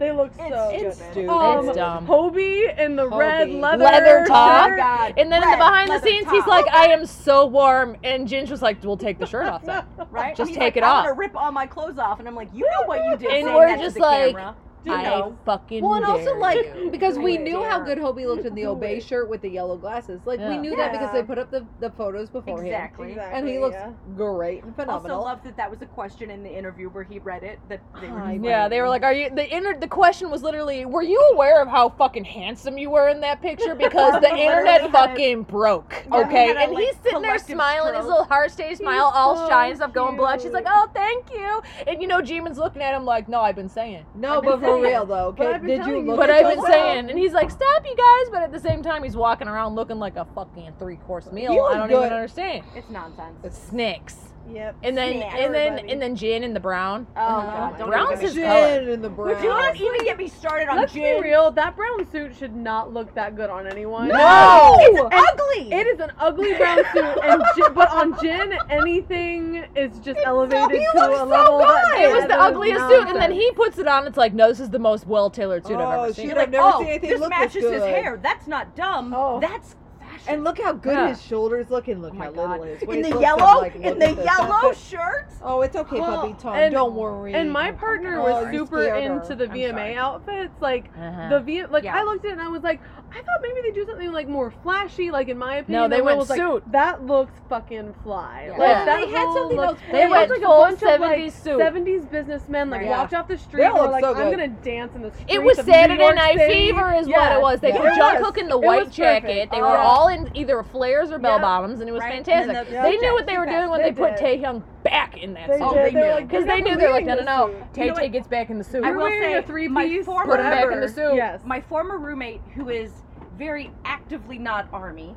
Speaker 5: They look so.
Speaker 4: it's
Speaker 5: good.
Speaker 4: stupid.
Speaker 5: Um,
Speaker 3: It's dumb.
Speaker 5: Hobie in the red
Speaker 4: Hobie.
Speaker 5: leather,
Speaker 3: Leather top.
Speaker 5: shirt.
Speaker 6: Oh God.
Speaker 3: And then in the
Speaker 6: Red
Speaker 3: behind the
Speaker 6: leather
Speaker 3: scenes,
Speaker 6: top.
Speaker 3: he's like, I am so warm. And Ginge was like, we'll take the shirt off then.
Speaker 6: right?
Speaker 3: just
Speaker 6: He's
Speaker 3: take
Speaker 6: like,
Speaker 3: it
Speaker 6: I'm
Speaker 3: off.
Speaker 6: gonna rip all my clothes off, and I'm like, you know what you
Speaker 3: And
Speaker 6: did. saying
Speaker 3: we're
Speaker 6: that to
Speaker 3: just
Speaker 6: the
Speaker 3: like-
Speaker 6: camera.
Speaker 5: Do you
Speaker 3: I
Speaker 5: know?
Speaker 3: fucking
Speaker 4: Well, and also
Speaker 3: dare you.
Speaker 4: like because
Speaker 6: Do
Speaker 4: we
Speaker 6: it.
Speaker 4: knew how
Speaker 6: Dare.
Speaker 4: good Hobie looked in the
Speaker 5: Do
Speaker 4: Obey
Speaker 5: it.
Speaker 4: shirt with the yellow glasses. Like we
Speaker 3: Yeah.
Speaker 4: knew that because
Speaker 5: Yeah.
Speaker 4: they put up the, the photos beforehand,
Speaker 6: Exactly.
Speaker 4: and he looks great and
Speaker 6: Also,
Speaker 4: phenomenal.
Speaker 6: love that that was a question in the interview where he read it. That they were
Speaker 4: Hi,
Speaker 6: just
Speaker 3: Ah,
Speaker 6: like,
Speaker 3: Yeah, they were like, "Are you?" The inter- the question was literally, "Were you aware of how fucking handsome you were in that picture?" Because the internet fucking broke.
Speaker 6: Yeah,
Speaker 3: Okay,
Speaker 6: we had a,
Speaker 3: and
Speaker 6: like,
Speaker 3: he's sitting there
Speaker 6: collective
Speaker 3: smiling, his
Speaker 6: stroke.
Speaker 3: little hard stage smile, all
Speaker 5: so
Speaker 3: shy and stuff, going blush. He's
Speaker 5: cute.
Speaker 3: like, "Oh, thank you." And you know, Jimin's looking at him like, "No, I've been saying."
Speaker 4: no,
Speaker 5: I've been
Speaker 4: but for
Speaker 5: saying-
Speaker 4: real though,
Speaker 5: but
Speaker 4: okay,
Speaker 5: I've been
Speaker 4: did you
Speaker 5: telling you.
Speaker 4: look?
Speaker 3: But
Speaker 4: at
Speaker 3: I've
Speaker 4: those
Speaker 3: been
Speaker 4: photos?
Speaker 3: saying, and he's like, "Stop, you guys!" But at the same time, he's walking around looking like a fucking three course meal.
Speaker 4: You
Speaker 3: I
Speaker 4: look
Speaker 3: don't
Speaker 4: good.
Speaker 3: even understand.
Speaker 6: It's nonsense.
Speaker 3: Snakes,
Speaker 5: Yep.
Speaker 3: and then
Speaker 6: Snacks.
Speaker 3: and then
Speaker 5: Everybody.
Speaker 3: and then Jin in the brown.
Speaker 6: Oh god, don't
Speaker 3: Brown's
Speaker 6: even get
Speaker 3: his
Speaker 6: me-
Speaker 3: color.
Speaker 4: Gin in the brown.
Speaker 6: Would you not even get me started on
Speaker 5: Let's
Speaker 6: gin?
Speaker 5: be real. That brown suit should not look that good on anyone.
Speaker 6: It's
Speaker 4: No.
Speaker 6: ugly.
Speaker 5: It is an ugly brown suit, and Jin, but on Jin, anything is just elevated
Speaker 4: he
Speaker 5: to a
Speaker 4: looks so
Speaker 5: level. that-
Speaker 4: good!
Speaker 3: It was
Speaker 5: Yeah,
Speaker 3: the
Speaker 5: that
Speaker 3: ugliest
Speaker 5: nonsense.
Speaker 3: suit, and then he puts it on. It's like, no, this is the most well tailored suit I've
Speaker 4: Oh,
Speaker 3: ever seen.
Speaker 4: shoot,
Speaker 6: You're like,
Speaker 4: I've never
Speaker 6: oh,
Speaker 4: seen anything
Speaker 6: this
Speaker 4: look this
Speaker 6: matches his
Speaker 4: good."
Speaker 6: hair. That's not dumb.
Speaker 5: Oh.
Speaker 6: That's fashion.
Speaker 4: And look how good
Speaker 3: Yeah.
Speaker 4: his shoulders look, and look
Speaker 6: my
Speaker 4: how
Speaker 6: God.
Speaker 4: little his
Speaker 6: in
Speaker 4: waist
Speaker 6: the
Speaker 4: looks. I'm
Speaker 6: yellow,
Speaker 4: like,
Speaker 6: in
Speaker 4: look
Speaker 6: the
Speaker 4: at this.
Speaker 6: yellow
Speaker 4: That's-
Speaker 6: shirt.
Speaker 4: Oh, it's okay,
Speaker 5: Well,
Speaker 4: puppy Tom.
Speaker 5: and-
Speaker 4: Don't worry.
Speaker 5: And my partner
Speaker 4: Oh,
Speaker 5: was
Speaker 4: you
Speaker 5: super
Speaker 4: scared her.
Speaker 5: into the
Speaker 4: I'm
Speaker 5: VMA
Speaker 4: sorry.
Speaker 5: outfits. Like
Speaker 3: Uh-huh.
Speaker 5: the V, like
Speaker 6: Yeah.
Speaker 5: I looked at it and I was like, I thought maybe they do something like more flashy. Like in my opinion,
Speaker 3: they
Speaker 5: the
Speaker 3: went
Speaker 5: one was
Speaker 3: suit.
Speaker 5: Like, that looks fucking fly.
Speaker 6: Yeah.
Speaker 5: Like
Speaker 3: Yeah.
Speaker 5: that
Speaker 4: They had
Speaker 5: whole
Speaker 4: something
Speaker 5: look-
Speaker 4: else
Speaker 5: They
Speaker 4: planned.
Speaker 5: had like a bunch
Speaker 3: Full
Speaker 5: of like
Speaker 3: 70s suit.
Speaker 5: 70s businessmen like
Speaker 4: Right.
Speaker 5: walked off the street and were
Speaker 4: looked
Speaker 5: like,
Speaker 4: so
Speaker 5: I'm
Speaker 4: good.
Speaker 5: gonna dance in the street.
Speaker 3: It was
Speaker 5: of New
Speaker 3: Saturday
Speaker 5: York
Speaker 3: Night
Speaker 5: City."
Speaker 3: Fever, is
Speaker 5: Yes.
Speaker 3: what it was. They
Speaker 5: Yeah.
Speaker 3: put John
Speaker 5: Yes.
Speaker 3: Cook in the
Speaker 5: It
Speaker 3: white
Speaker 5: was
Speaker 3: jacket.
Speaker 5: perfect. Uh-huh.
Speaker 3: They were
Speaker 5: Yeah.
Speaker 3: all in either flares or bell
Speaker 5: Yeah.
Speaker 3: bottoms, and it was
Speaker 6: Right, and then
Speaker 3: fantastic.
Speaker 6: the-
Speaker 3: they
Speaker 6: Yeah.
Speaker 3: knew what they were doing when
Speaker 5: They
Speaker 3: they put
Speaker 5: did.
Speaker 3: Tae Hyung back in that
Speaker 5: They
Speaker 3: suit.
Speaker 5: did. They were like,
Speaker 3: Because
Speaker 5: "You're
Speaker 3: they
Speaker 5: not
Speaker 3: knew they were like, no, no,
Speaker 5: believing
Speaker 3: no.
Speaker 5: this
Speaker 3: Tay
Speaker 6: You know
Speaker 3: Tay
Speaker 6: what?
Speaker 3: gets back in the suit.
Speaker 6: I
Speaker 5: You're
Speaker 6: will
Speaker 5: wearing
Speaker 6: say,
Speaker 5: a three-piece
Speaker 6: my former
Speaker 3: Put him back in the suit.
Speaker 5: Yes.
Speaker 6: my former roommate who is very actively not army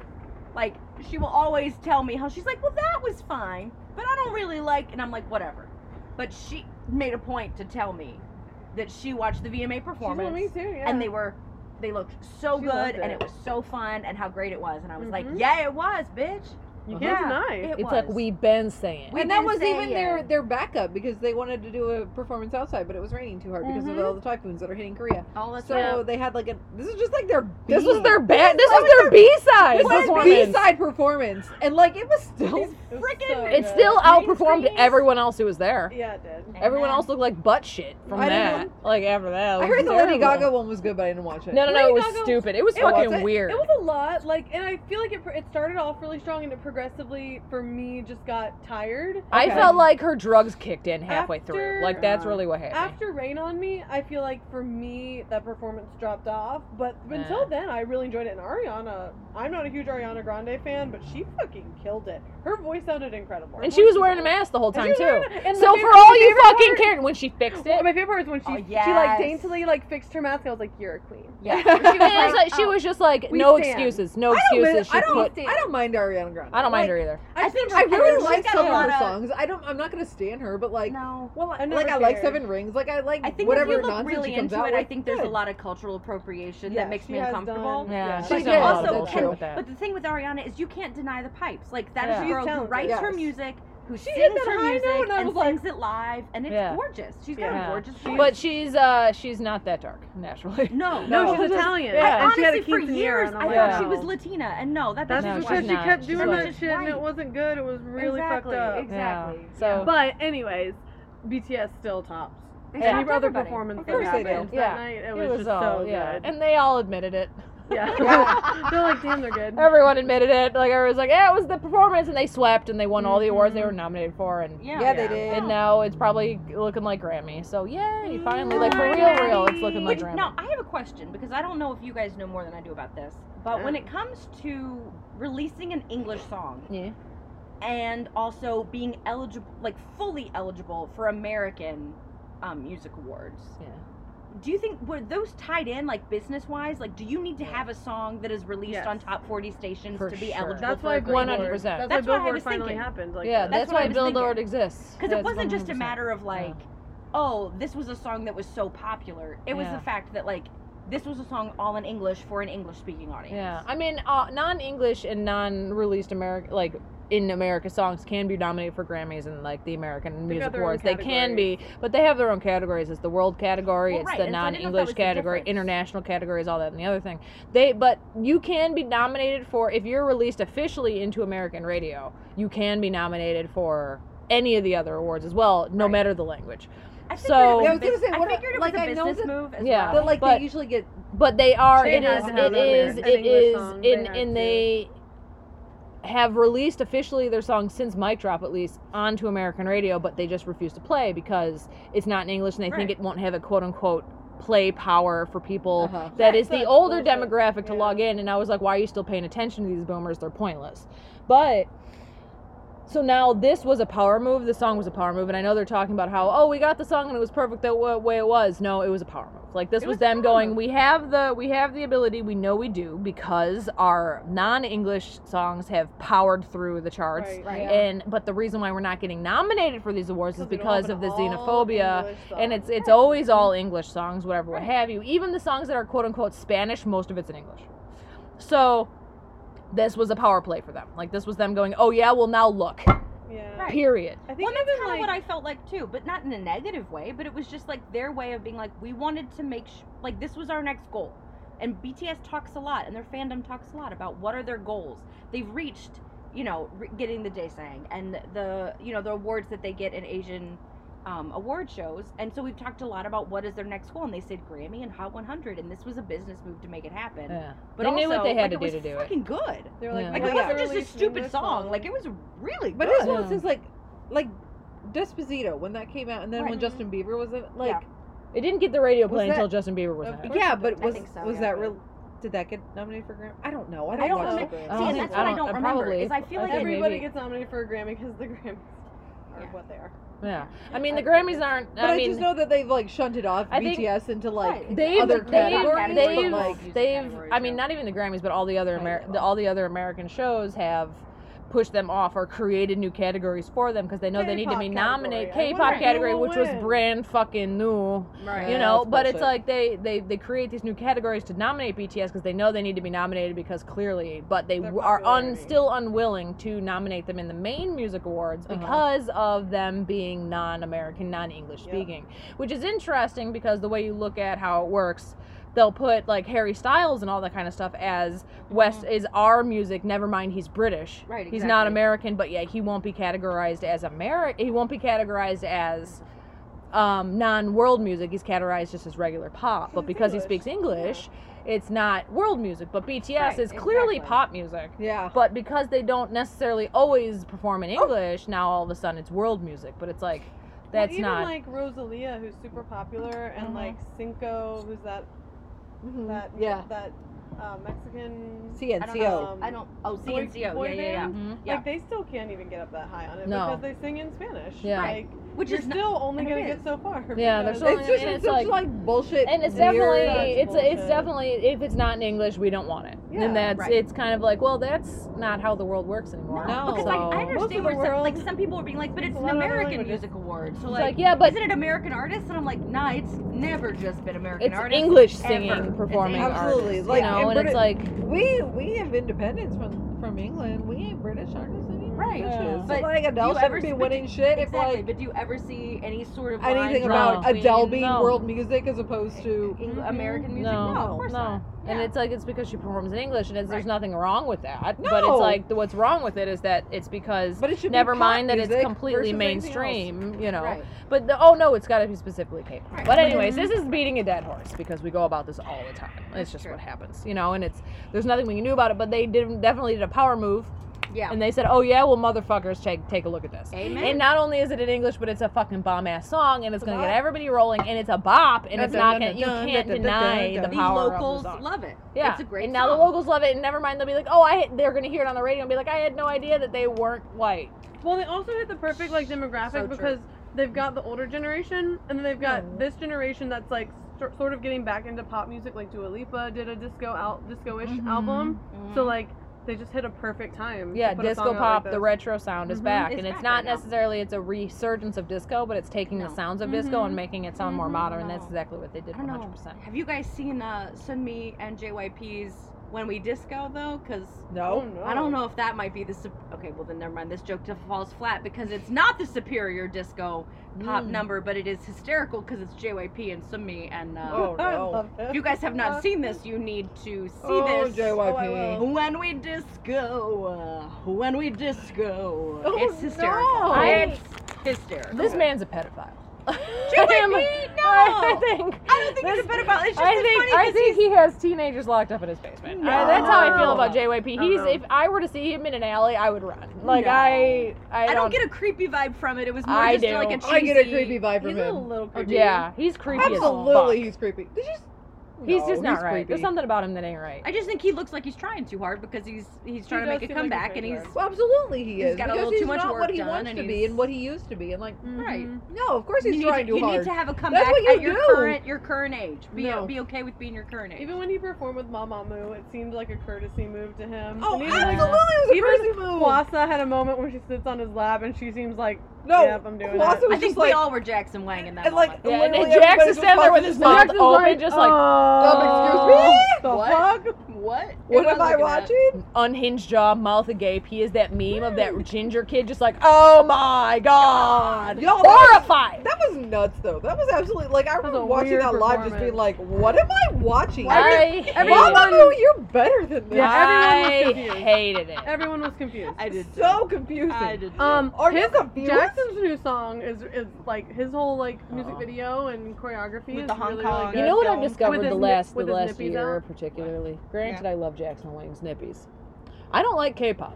Speaker 6: like she will always tell me how she's like well that was fine but i don't really like and i'm like whatever but she made a point to tell me that she watched the vma performance
Speaker 5: me too, yeah.
Speaker 6: and they were they looked so
Speaker 5: She
Speaker 6: good
Speaker 5: loved
Speaker 6: and
Speaker 5: it.
Speaker 6: it was so fun and how great it was and i was
Speaker 5: Mhm.
Speaker 6: like yeah it was bitch
Speaker 5: You
Speaker 3: Uh-huh.
Speaker 5: can't
Speaker 6: Yeah,
Speaker 5: deny.
Speaker 6: it
Speaker 3: It's like
Speaker 6: was.
Speaker 3: we've been saying.
Speaker 4: and that
Speaker 6: didn't
Speaker 4: was
Speaker 6: say
Speaker 4: even
Speaker 6: it.
Speaker 4: their their backup because they wanted to do a performance outside, but it was raining too hard because
Speaker 3: Mm-hmm.
Speaker 4: of all the typhoons that are hitting Korea.
Speaker 6: All that's
Speaker 4: so they had like a this is just like their
Speaker 3: This was
Speaker 4: B-
Speaker 3: their band. This was their B side.
Speaker 4: this was B side performance, and like it was still
Speaker 5: freaking.
Speaker 3: It still outperformed
Speaker 5: screens.
Speaker 3: everyone else who was there.
Speaker 5: Yeah, it did.
Speaker 3: Everyone else looked like butt shit from
Speaker 4: I didn't
Speaker 3: that. Like after that, it
Speaker 4: I
Speaker 3: was
Speaker 4: heard the Lady
Speaker 3: terrible.
Speaker 4: Gaga one was good, but I didn't watch it.
Speaker 3: No, no, no.
Speaker 5: Lady
Speaker 3: It was
Speaker 5: Gaga-
Speaker 3: stupid. It was
Speaker 5: it
Speaker 3: fucking
Speaker 4: wasn't-
Speaker 3: weird.
Speaker 5: It was a lot, like, and I feel like it. It started off really strong, and it progressively, for me, just got tired.
Speaker 3: I
Speaker 4: Okay.
Speaker 3: felt like her drugs kicked in halfway
Speaker 5: After-
Speaker 3: through. Like that's really what happened.
Speaker 5: After Rain on Me, I feel like for me that performance dropped off. But
Speaker 3: Yeah.
Speaker 5: until then, I really enjoyed it. And Ariana, I'm not a huge Ariana Grande fan, but she fucking killed it. Her voice sounded incredible. Her
Speaker 3: and she
Speaker 5: voice
Speaker 3: was wearing a mask the whole
Speaker 5: And
Speaker 3: time
Speaker 5: she was
Speaker 3: too.
Speaker 5: wearing a- and my
Speaker 3: So for
Speaker 5: favorite-
Speaker 3: all
Speaker 5: my
Speaker 3: you
Speaker 5: favorite
Speaker 3: fucking
Speaker 5: part-
Speaker 3: cared when she fixed
Speaker 5: Well,
Speaker 3: it.
Speaker 5: my favorite part is when she
Speaker 6: Oh,
Speaker 5: she like
Speaker 6: yes.
Speaker 5: daintily like fixed her mask. I was like, "You're a queen."
Speaker 6: Yeah.
Speaker 3: And it's like, she was just like,
Speaker 5: We
Speaker 3: no
Speaker 5: stand.
Speaker 3: excuses, no
Speaker 4: I don't,
Speaker 3: excuses.
Speaker 4: I
Speaker 3: She
Speaker 4: don't,
Speaker 3: put-
Speaker 4: I don't mind Ariana Grande.
Speaker 3: I don't mind
Speaker 4: Like,
Speaker 3: her either.
Speaker 5: I think
Speaker 4: I really
Speaker 6: She's
Speaker 4: like
Speaker 6: got a
Speaker 4: some of
Speaker 6: lot
Speaker 4: her
Speaker 6: of-
Speaker 4: songs. I don't. I'm not gonna stand her, but like,
Speaker 6: No.
Speaker 4: well, I
Speaker 5: never
Speaker 4: like I like
Speaker 5: cared.
Speaker 4: Seven Rings. Like I like
Speaker 6: I think
Speaker 4: whatever
Speaker 6: if you look
Speaker 4: nonsense
Speaker 6: really
Speaker 4: she comes
Speaker 6: into
Speaker 4: out
Speaker 6: it,
Speaker 4: with.
Speaker 6: I think there's a
Speaker 4: good.
Speaker 6: lot of cultural appropriation
Speaker 5: Yeah,
Speaker 6: that makes
Speaker 5: she
Speaker 6: me
Speaker 5: has
Speaker 6: uncomfortable.
Speaker 5: done-
Speaker 3: Yeah,
Speaker 5: yeah.
Speaker 3: she's
Speaker 6: But
Speaker 3: done a lot of
Speaker 6: also,
Speaker 3: bullshit
Speaker 6: can-
Speaker 3: with that.
Speaker 6: but the thing with Ariana is you can't deny the pipes. Like that is
Speaker 3: Yeah.
Speaker 6: a
Speaker 5: She's
Speaker 6: girl who
Speaker 5: talented,
Speaker 6: writes her
Speaker 4: yes.
Speaker 6: music, who
Speaker 5: She hit
Speaker 6: sings
Speaker 5: that
Speaker 6: her
Speaker 5: high
Speaker 6: music
Speaker 5: note, and I
Speaker 6: and
Speaker 5: was like-
Speaker 6: sings it live, and it's
Speaker 3: Yeah.
Speaker 6: gorgeous. She's got
Speaker 5: Yeah.
Speaker 6: a gorgeous voice.
Speaker 3: But she's uh she's not that dark naturally.
Speaker 6: no,
Speaker 5: No,
Speaker 3: No.
Speaker 5: she's Italian.
Speaker 3: Yeah.
Speaker 5: and she had a
Speaker 6: honestly, for
Speaker 5: quinceanera,
Speaker 6: years
Speaker 5: and
Speaker 6: I
Speaker 5: I'm
Speaker 6: thought
Speaker 5: like,
Speaker 3: Yeah.
Speaker 6: she
Speaker 5: "No."
Speaker 6: was Latina, and no, that
Speaker 5: That's
Speaker 3: No,
Speaker 6: doesn't
Speaker 3: she's
Speaker 5: because she
Speaker 3: not.
Speaker 5: kept
Speaker 3: She's
Speaker 5: doing
Speaker 3: white.
Speaker 5: that shit and it wasn't good. It was really
Speaker 6: exactly,
Speaker 5: fucked up.
Speaker 6: exactly.
Speaker 3: Yeah. So
Speaker 5: But anyways, BTS still tops.
Speaker 6: They
Speaker 3: Yeah.
Speaker 5: Any
Speaker 6: stopped
Speaker 5: other
Speaker 6: everybody.
Speaker 5: performance
Speaker 6: Of
Speaker 5: that
Speaker 4: course they
Speaker 5: happened
Speaker 3: did.
Speaker 5: that
Speaker 3: Yeah.
Speaker 5: night, it
Speaker 3: it
Speaker 5: was,
Speaker 3: was
Speaker 5: just
Speaker 3: all
Speaker 5: so
Speaker 3: yeah,
Speaker 5: good.
Speaker 3: and they all admitted it.
Speaker 5: yeah, they're like, damn, they're good.
Speaker 3: Everyone admitted it. Like everyone's like, yeah, it was the performance, and they swept and they won all the awards they were nominated for, and
Speaker 6: Yeah.
Speaker 4: Yeah, they did.
Speaker 3: and now it's probably looking like Grammy. So yay, finally, like for real, real, it's looking like
Speaker 6: Which,
Speaker 3: Grammy.
Speaker 6: now, I have a question because I don't know if you guys know more than I do about this. But when it comes to releasing an English song
Speaker 3: Yeah.
Speaker 6: and also being eligible, like fully eligible for American um, music awards,
Speaker 3: Yeah.
Speaker 6: do you think were those tied in, like business wise? Like, do you need to have a song that is released
Speaker 5: Yes.
Speaker 6: on top 40 stations
Speaker 3: For
Speaker 6: to be
Speaker 3: sure.
Speaker 6: eligible?
Speaker 5: That's
Speaker 6: for
Speaker 5: why
Speaker 6: a Grammy?
Speaker 5: Billboard-
Speaker 3: 100%.
Speaker 5: That's,
Speaker 6: That's
Speaker 5: why
Speaker 6: what I
Speaker 5: Billboard
Speaker 6: was
Speaker 5: finally
Speaker 6: thinking.
Speaker 5: happened. Like,
Speaker 3: yeah,
Speaker 5: that.
Speaker 3: that's,
Speaker 6: that's what
Speaker 3: why
Speaker 6: I was
Speaker 3: Billboard
Speaker 6: thinking.
Speaker 3: exists.
Speaker 6: because
Speaker 3: Yeah,
Speaker 6: it
Speaker 3: it's
Speaker 6: wasn't just a
Speaker 3: 100%.
Speaker 6: matter of like oh this was a song that was so popular it was
Speaker 3: Yeah.
Speaker 6: the fact that like this was a song all in english for an english speaking audience
Speaker 3: Yeah, I mean, uh, non-English and non-released America, like in America, songs can be nominated for Grammys and like the American
Speaker 5: They got
Speaker 3: Music
Speaker 5: their own
Speaker 3: Awards. They can be, but they have their own categories. It's the world category,
Speaker 6: Well,
Speaker 3: it's
Speaker 6: right,
Speaker 3: the
Speaker 6: and so I didn't know if that
Speaker 3: non-English
Speaker 6: was the
Speaker 3: category,
Speaker 6: difference.
Speaker 3: international categories, all that and the other thing. They, but you can be nominated for if you're released officially into American radio, you can be nominated for any of the other awards as well, no
Speaker 6: Right.
Speaker 3: matter the language.
Speaker 6: i figured
Speaker 3: So-
Speaker 6: it was,
Speaker 4: Yeah, I
Speaker 6: a
Speaker 4: was gonna
Speaker 6: bus-
Speaker 4: say, what
Speaker 6: I
Speaker 4: a-
Speaker 6: figured it
Speaker 4: like,
Speaker 6: was a
Speaker 4: I know
Speaker 6: business
Speaker 4: that-
Speaker 6: move as
Speaker 3: Yeah.
Speaker 6: well
Speaker 4: But like
Speaker 3: But-
Speaker 4: they usually get
Speaker 3: But they are.
Speaker 5: They
Speaker 3: it
Speaker 5: had
Speaker 3: is.
Speaker 5: to have
Speaker 3: It
Speaker 5: that
Speaker 3: is.
Speaker 5: lyric.
Speaker 3: It
Speaker 5: An English
Speaker 3: is.
Speaker 5: song, they
Speaker 3: In
Speaker 5: had
Speaker 3: in
Speaker 5: to.
Speaker 3: they have released officially their song since Mic Drop, at least, onto American radio, but they just refuse to play because it's not in English, and they think
Speaker 6: Right.
Speaker 3: it won't have a quote unquote play power for people
Speaker 4: Uh-huh.
Speaker 3: that is the
Speaker 5: That's
Speaker 3: older
Speaker 5: bullshit.
Speaker 3: demographic to
Speaker 5: Yeah.
Speaker 3: log in. And I was like, why are you still paying attention to these boomers? They're pointless. But so now this was a power move. The song was a power move, and I know they're talking about how oh we got the song and it was perfect the w- way it was. No, it was a power move. Like this was,
Speaker 6: was a
Speaker 3: them
Speaker 6: power
Speaker 3: going,
Speaker 6: move.
Speaker 3: we have the we have the ability. We know we do because our non-English songs have powered through the charts.
Speaker 5: Right.
Speaker 4: Right.
Speaker 5: Yeah.
Speaker 3: And but the reason why we're not getting nominated for these awards is
Speaker 5: they don't have
Speaker 3: because
Speaker 5: an
Speaker 3: of the
Speaker 5: all
Speaker 3: xenophobia
Speaker 5: English song.
Speaker 3: and it's it's always all English songs, whatever, what have you. Even the songs that are quote unquote Spanish, most of it's in English. So this was a power play for them. Like this was them going, oh yeah, well now look.
Speaker 5: yeah.
Speaker 6: Right.
Speaker 3: Period.
Speaker 5: I think
Speaker 6: well, that's kind
Speaker 5: even
Speaker 6: of
Speaker 5: like
Speaker 6: what I felt like too, but not in a negative way. But it was just like their way of being like, we wanted to make sh- like this was our next goal, and BTS talks a lot, and their fandom talks a lot about what are their goals. They've reached, you know, re- getting the Daesang and the you know the awards that they get in Asian um, award shows, and so we've talked a lot about what is their next goal, and they said Grammy and Hot 100, and this was a business move to make it happen.
Speaker 3: Yeah.
Speaker 6: But
Speaker 3: They knew what
Speaker 6: also,
Speaker 3: they had
Speaker 6: like,
Speaker 3: to
Speaker 6: it
Speaker 3: do
Speaker 6: was
Speaker 3: to do it.
Speaker 6: Fucking good.
Speaker 5: they were like,
Speaker 3: Yeah.
Speaker 6: Like
Speaker 5: "We
Speaker 6: it
Speaker 5: gotta
Speaker 6: wasn't just a
Speaker 5: release an
Speaker 6: stupid
Speaker 5: English
Speaker 6: song. Like it was really
Speaker 4: But
Speaker 6: good.
Speaker 4: as well, it's
Speaker 3: Yeah.
Speaker 4: just like, like Desposito when that came out, and then when
Speaker 6: Right.
Speaker 4: Justin Bieber was in, like,
Speaker 3: It didn't get the radio
Speaker 4: Was
Speaker 3: play
Speaker 4: that-
Speaker 3: until Justin Bieber was in
Speaker 4: yeah,
Speaker 3: it.
Speaker 4: but
Speaker 6: I
Speaker 4: was
Speaker 6: think so,
Speaker 4: was
Speaker 6: yeah,
Speaker 4: that
Speaker 6: but-
Speaker 4: real? Did that get nominated for Grammy? I don't know. I
Speaker 5: I
Speaker 4: don't,
Speaker 5: don't
Speaker 4: watch
Speaker 5: remember.
Speaker 4: the
Speaker 3: I
Speaker 6: See,
Speaker 3: don't
Speaker 6: and
Speaker 4: Grammys.
Speaker 3: think-
Speaker 6: that's what
Speaker 3: I
Speaker 6: I
Speaker 3: don't-
Speaker 6: don't
Speaker 3: I
Speaker 6: remember.
Speaker 3: probably-
Speaker 6: is I feel
Speaker 3: I
Speaker 6: like
Speaker 3: think
Speaker 6: it
Speaker 5: Everybody
Speaker 3: maybe-
Speaker 5: gets nominated for a Grammy because the Grammys are
Speaker 6: Yeah.
Speaker 5: what they are.
Speaker 3: Yeah. I mean the Grammys aren't
Speaker 4: But
Speaker 3: I
Speaker 4: I,
Speaker 3: mean
Speaker 4: just know that they've like shunted off
Speaker 3: I think-
Speaker 4: BTS into like
Speaker 6: Right.
Speaker 3: they've
Speaker 4: other
Speaker 3: they've,
Speaker 4: categories. but,
Speaker 3: they've,
Speaker 4: like,
Speaker 3: they've I mean not even the Grammys but all the other Amer- the, all the other American shows have push them off or created new categories for them because they know they need to be
Speaker 4: K-pop
Speaker 3: nominated
Speaker 4: category. I
Speaker 3: K-pop
Speaker 5: wonder who
Speaker 3: category,
Speaker 5: will
Speaker 3: which was
Speaker 5: win.
Speaker 3: brand fucking new.
Speaker 4: Right.
Speaker 3: You
Speaker 4: Yeah,
Speaker 3: know,
Speaker 4: that's
Speaker 3: but it's
Speaker 4: bullshit.
Speaker 3: like they, they they create these new categories to nominate BTS because they know they need to be nominated because clearly, but they
Speaker 4: Their
Speaker 3: w- are un,
Speaker 4: popularity.
Speaker 3: still unwilling to nominate them in the main music awards
Speaker 4: Uh-huh.
Speaker 3: because of them being non-American, non-English
Speaker 4: Yeah.
Speaker 3: speaking, which is interesting because the way you look at how it works, they'll put like Harry Styles and all that kind of stuff as
Speaker 4: Mm-hmm.
Speaker 3: West is our music. Never mind, he's British.
Speaker 1: Right,
Speaker 3: He's not
Speaker 1: exactly.
Speaker 3: American, but yeah, he won't be categorized as American. He won't be categorized as um, non-world music. He's categorized just as regular pop, but
Speaker 5: it's
Speaker 3: because he
Speaker 5: English.
Speaker 3: speaks English, it's not world music. But BTS
Speaker 1: Right,
Speaker 3: is clearly
Speaker 1: exactly.
Speaker 3: pop music.
Speaker 4: Yeah.
Speaker 3: But because they don't necessarily always perform in English, now all of a sudden it's world music. But it's like
Speaker 5: Well,
Speaker 3: that's
Speaker 5: even
Speaker 3: not
Speaker 5: like Rosalia, who's super popular, and
Speaker 6: Mhm.
Speaker 5: like Cinco, who's that
Speaker 3: Mm-hmm.
Speaker 5: that
Speaker 4: Yeah.
Speaker 5: that uh, Mexican
Speaker 6: I don't know.
Speaker 4: CNCO.
Speaker 5: Um,
Speaker 6: I don't. Oh,
Speaker 5: boy-
Speaker 6: CNCO. Yeah,
Speaker 5: boy
Speaker 6: yeah, yeah, yeah.
Speaker 5: band?
Speaker 3: Mhm.
Speaker 6: Yeah.
Speaker 5: Like they still can't even get up that high on it
Speaker 3: No.
Speaker 5: because they sing in Spanish.
Speaker 3: Yeah.
Speaker 5: Like
Speaker 6: Which
Speaker 5: you're
Speaker 6: is not,
Speaker 5: still only
Speaker 6: and
Speaker 5: gonna
Speaker 6: it
Speaker 5: get
Speaker 6: is.
Speaker 5: so far.
Speaker 3: Yeah, they're
Speaker 5: because-
Speaker 3: so
Speaker 4: It's just
Speaker 3: and it's
Speaker 4: it's such
Speaker 3: like-
Speaker 4: like, bullshit.
Speaker 3: and it's
Speaker 4: weird-
Speaker 3: definitely
Speaker 5: That's
Speaker 3: it's it's
Speaker 5: bullshit.
Speaker 3: definitely if it's not in English, we don't want it.
Speaker 5: Yeah,
Speaker 3: and that's
Speaker 1: right.
Speaker 3: it's kind of like well, that's not how the world works anymore.
Speaker 6: No,
Speaker 3: So-
Speaker 6: because like I
Speaker 5: Most of
Speaker 6: understand
Speaker 5: the
Speaker 6: where some,
Speaker 5: world-
Speaker 6: like some people were being like, but it's
Speaker 5: a
Speaker 6: an
Speaker 5: lot of other
Speaker 6: American
Speaker 5: languages.
Speaker 6: music award, so
Speaker 3: it's
Speaker 6: like,
Speaker 3: like yeah, but
Speaker 6: isn't it American artists? And I'm like, nah, it's never just been American
Speaker 3: it's
Speaker 6: artists.
Speaker 3: English singing
Speaker 6: ever. It's
Speaker 3: performing
Speaker 6: English.
Speaker 4: Absolutely,
Speaker 3: artists,
Speaker 4: like,
Speaker 3: you know,
Speaker 4: and
Speaker 3: and it's
Speaker 4: Brit-
Speaker 3: like
Speaker 4: We we have independence from from England. We ain't British artists anymore.
Speaker 6: Right,
Speaker 4: bitches. So,
Speaker 6: but
Speaker 4: like
Speaker 6: you
Speaker 4: Adele
Speaker 6: ever
Speaker 4: shouldn't be
Speaker 6: sp-
Speaker 4: winning shit if
Speaker 6: Exactly.
Speaker 4: like
Speaker 6: but do you ever see any sort of
Speaker 4: anything
Speaker 6: line
Speaker 4: about
Speaker 3: between-
Speaker 4: Adele being
Speaker 3: no.
Speaker 4: world music as opposed to
Speaker 6: Eng- American music?
Speaker 3: No,
Speaker 6: of course
Speaker 3: no.
Speaker 6: not.
Speaker 3: And
Speaker 6: Yeah.
Speaker 3: it's like it's because she performs in English, and it's, there's
Speaker 6: Right.
Speaker 3: nothing wrong with that. But it's
Speaker 4: No.
Speaker 3: like the, what's wrong with it is that it's because
Speaker 4: But it should be
Speaker 3: never
Speaker 4: pop
Speaker 3: mind that it's
Speaker 4: music
Speaker 3: completely
Speaker 4: versus anything else.
Speaker 3: mainstream, you know.
Speaker 6: Right.
Speaker 3: But the, oh no, it's got to be specifically K-pop.
Speaker 6: Right.
Speaker 3: But anyways, this is beating a dead horse because we go about this all the time. It's
Speaker 6: That's
Speaker 3: just
Speaker 6: true.
Speaker 3: what happens, you know. And it's there's nothing we can do about it. But they did definitely did a power move,
Speaker 6: Yeah.
Speaker 3: and they said, oh yeah, well motherfuckers, take take a look at this.
Speaker 6: Amen.
Speaker 3: And not only is it in English, but it's a fucking bomb ass song, and it's, gonna get
Speaker 4: bop.
Speaker 3: everybody rolling, and it's a bop, and it's not gonna, you
Speaker 4: Dun-dun-dun-dun,
Speaker 3: can't deny the
Speaker 4: dun-dun-dun-dun.
Speaker 3: power
Speaker 6: the
Speaker 3: of the
Speaker 6: locals
Speaker 3: song.
Speaker 6: love it.
Speaker 3: Yeah,
Speaker 6: It's a great
Speaker 3: and now the
Speaker 6: song.
Speaker 3: locals love it, and never mind. They'll be like, "Oh, I had, they're gonna hear it on the radio and be like, I had no idea that they weren't white."
Speaker 5: Well, they also hit the perfect like demographic
Speaker 6: So true.
Speaker 5: because they've got the older generation, and then they've got this generation that's like sor- sort of getting back into pop music. Like Dua Lipa did a disco out disco-ish album,
Speaker 6: Mm-hmm.
Speaker 5: so like they just hit a perfect time. to
Speaker 3: Yeah,
Speaker 5: put a song
Speaker 3: disco
Speaker 5: out
Speaker 3: pop,
Speaker 5: like
Speaker 3: the
Speaker 5: this.
Speaker 3: retro sound is
Speaker 5: Mhm.
Speaker 3: back,
Speaker 6: Mm-hmm. It's
Speaker 3: and it's
Speaker 6: back
Speaker 3: not
Speaker 6: right now.
Speaker 3: necessarily it's a resurgence of disco, but it's taking
Speaker 6: No.
Speaker 3: the sounds of disco
Speaker 5: Mhm.
Speaker 3: and making it sound more
Speaker 6: Mhm.
Speaker 3: modern. and That's
Speaker 6: No.
Speaker 3: exactly what they did,
Speaker 6: I
Speaker 3: one
Speaker 6: don't know.
Speaker 3: hundred percent.
Speaker 6: Mm. Have you guys seen uh, Sunmi and JYP's When We Disco though? Because
Speaker 5: Oh,
Speaker 4: no.
Speaker 5: no.
Speaker 6: I don't know if that might be the. Sup- okay, well then never mind. This joke just falls flat because it's not the superior disco pop
Speaker 3: Hmm.
Speaker 6: number, but it is hysterical because it's JYP and Sunmi. And uh,
Speaker 4: Oh
Speaker 5: I
Speaker 4: no.
Speaker 5: love it.
Speaker 6: if you guys have not seen this, you need to see
Speaker 4: Oh
Speaker 6: this.
Speaker 5: Oh, I will.
Speaker 4: JYP.
Speaker 6: When we disco, uh, when we disco,
Speaker 4: Oh,
Speaker 6: it's hysterical.
Speaker 4: no.
Speaker 6: It's hysterical.
Speaker 3: This man's a pedophile.
Speaker 6: JYP, no.
Speaker 3: I think.
Speaker 6: I don't think it's a pedophile. It's just
Speaker 3: I
Speaker 6: it's
Speaker 3: think
Speaker 6: funny
Speaker 3: I
Speaker 6: 'cause
Speaker 3: think he has teenagers locked up in his basement. I- that's how I feel about JYP.
Speaker 5: No.
Speaker 3: He's if I were to see him in an alley, I would run. Like
Speaker 6: No.
Speaker 3: I, I,
Speaker 6: I don't get a creepy vibe from it. It was more
Speaker 3: I
Speaker 6: just like a
Speaker 3: do.
Speaker 6: cheesy.
Speaker 4: I get a creepy vibe
Speaker 5: He's
Speaker 4: from
Speaker 5: a
Speaker 4: him.
Speaker 5: little creepy.
Speaker 3: Yeah, he's creepy. as
Speaker 4: Absolutely,
Speaker 3: fuck.
Speaker 4: he's creepy. Did you s-
Speaker 3: He's
Speaker 4: No,
Speaker 3: just not right.
Speaker 4: creepy.
Speaker 3: There's something about him that ain't right.
Speaker 6: I just think he looks like he's trying too hard because he's he's trying to
Speaker 5: does
Speaker 6: make a
Speaker 5: seem like he's
Speaker 6: comeback
Speaker 5: trying
Speaker 6: and he's
Speaker 5: hard.
Speaker 4: Well, absolutely he
Speaker 6: He's
Speaker 4: is.
Speaker 6: got a
Speaker 4: because
Speaker 6: little
Speaker 4: he's
Speaker 6: too much
Speaker 4: not
Speaker 6: work
Speaker 4: what he
Speaker 6: done
Speaker 4: wants
Speaker 6: and
Speaker 4: to be
Speaker 6: he's-
Speaker 4: and what he used to be. And like,
Speaker 6: right.
Speaker 5: Mm-hmm.
Speaker 4: no, of course he's
Speaker 6: you
Speaker 4: trying
Speaker 6: need,
Speaker 4: too
Speaker 6: you
Speaker 4: hard.
Speaker 6: need to have a comeback
Speaker 4: That's what
Speaker 6: at
Speaker 4: you
Speaker 6: your
Speaker 4: do.
Speaker 6: current your current age. Be
Speaker 4: No.
Speaker 6: be okay with being your current age.
Speaker 5: Even when he performed with Mamamoo, it seemed like a courtesy move to him.
Speaker 4: Oh,
Speaker 5: And even,
Speaker 4: absolutely, it
Speaker 5: like,
Speaker 4: was a
Speaker 5: even
Speaker 4: crazy move.
Speaker 5: Kwasa had a moment where she sits on his lap and she seems like,
Speaker 4: no,
Speaker 5: Yep, I'm doing
Speaker 4: Kwasa
Speaker 5: it.
Speaker 4: was
Speaker 6: I think
Speaker 4: just
Speaker 6: we
Speaker 4: like,
Speaker 6: all were Jackson Wang in that
Speaker 4: and like, oh,
Speaker 6: moment.
Speaker 3: yeah, and then
Speaker 4: literally everybody
Speaker 3: Jackson
Speaker 4: just
Speaker 3: Sandler
Speaker 4: fucking
Speaker 3: with his
Speaker 4: just
Speaker 3: mouth
Speaker 5: Jackson's
Speaker 3: open,
Speaker 5: like,
Speaker 3: just like um,
Speaker 4: "Oh, excuse me?
Speaker 5: The
Speaker 4: What?
Speaker 5: fuck?
Speaker 6: What?
Speaker 4: What am I watching?
Speaker 3: unhinged jaw, mouth agape. He is that meme of that ginger kid, just like, oh my god,
Speaker 4: Y'all, that was,
Speaker 3: horrified.
Speaker 4: that was nuts though. That was absolutely like I remember
Speaker 5: a
Speaker 4: watching
Speaker 5: weird
Speaker 4: that live, just being
Speaker 5: performance.
Speaker 4: like, "What am I watching?"
Speaker 3: I,
Speaker 5: everyone-
Speaker 4: Mama,
Speaker 3: hated-
Speaker 4: no, you're better than this.
Speaker 5: Yeah, everyone
Speaker 3: I
Speaker 5: was confused.
Speaker 3: hated it.
Speaker 5: Everyone was confused.
Speaker 6: I did.
Speaker 4: so confusing.
Speaker 6: I did.
Speaker 5: Um,
Speaker 4: Are you
Speaker 5: his,
Speaker 4: confused?
Speaker 5: Jackson's new song is is like his whole like
Speaker 3: Oh.
Speaker 5: music video and choreography
Speaker 6: With
Speaker 5: is
Speaker 6: the Hong
Speaker 5: really,
Speaker 6: Kong-
Speaker 5: really
Speaker 3: You
Speaker 5: good.
Speaker 3: know what I've
Speaker 6: With
Speaker 3: discovered
Speaker 5: his
Speaker 3: the
Speaker 5: nip-
Speaker 3: last the
Speaker 5: with his
Speaker 3: last
Speaker 5: nippies
Speaker 3: year
Speaker 5: out?
Speaker 3: particularly. Granted, I love Jackson Wang's nippies. I don't like K-pop.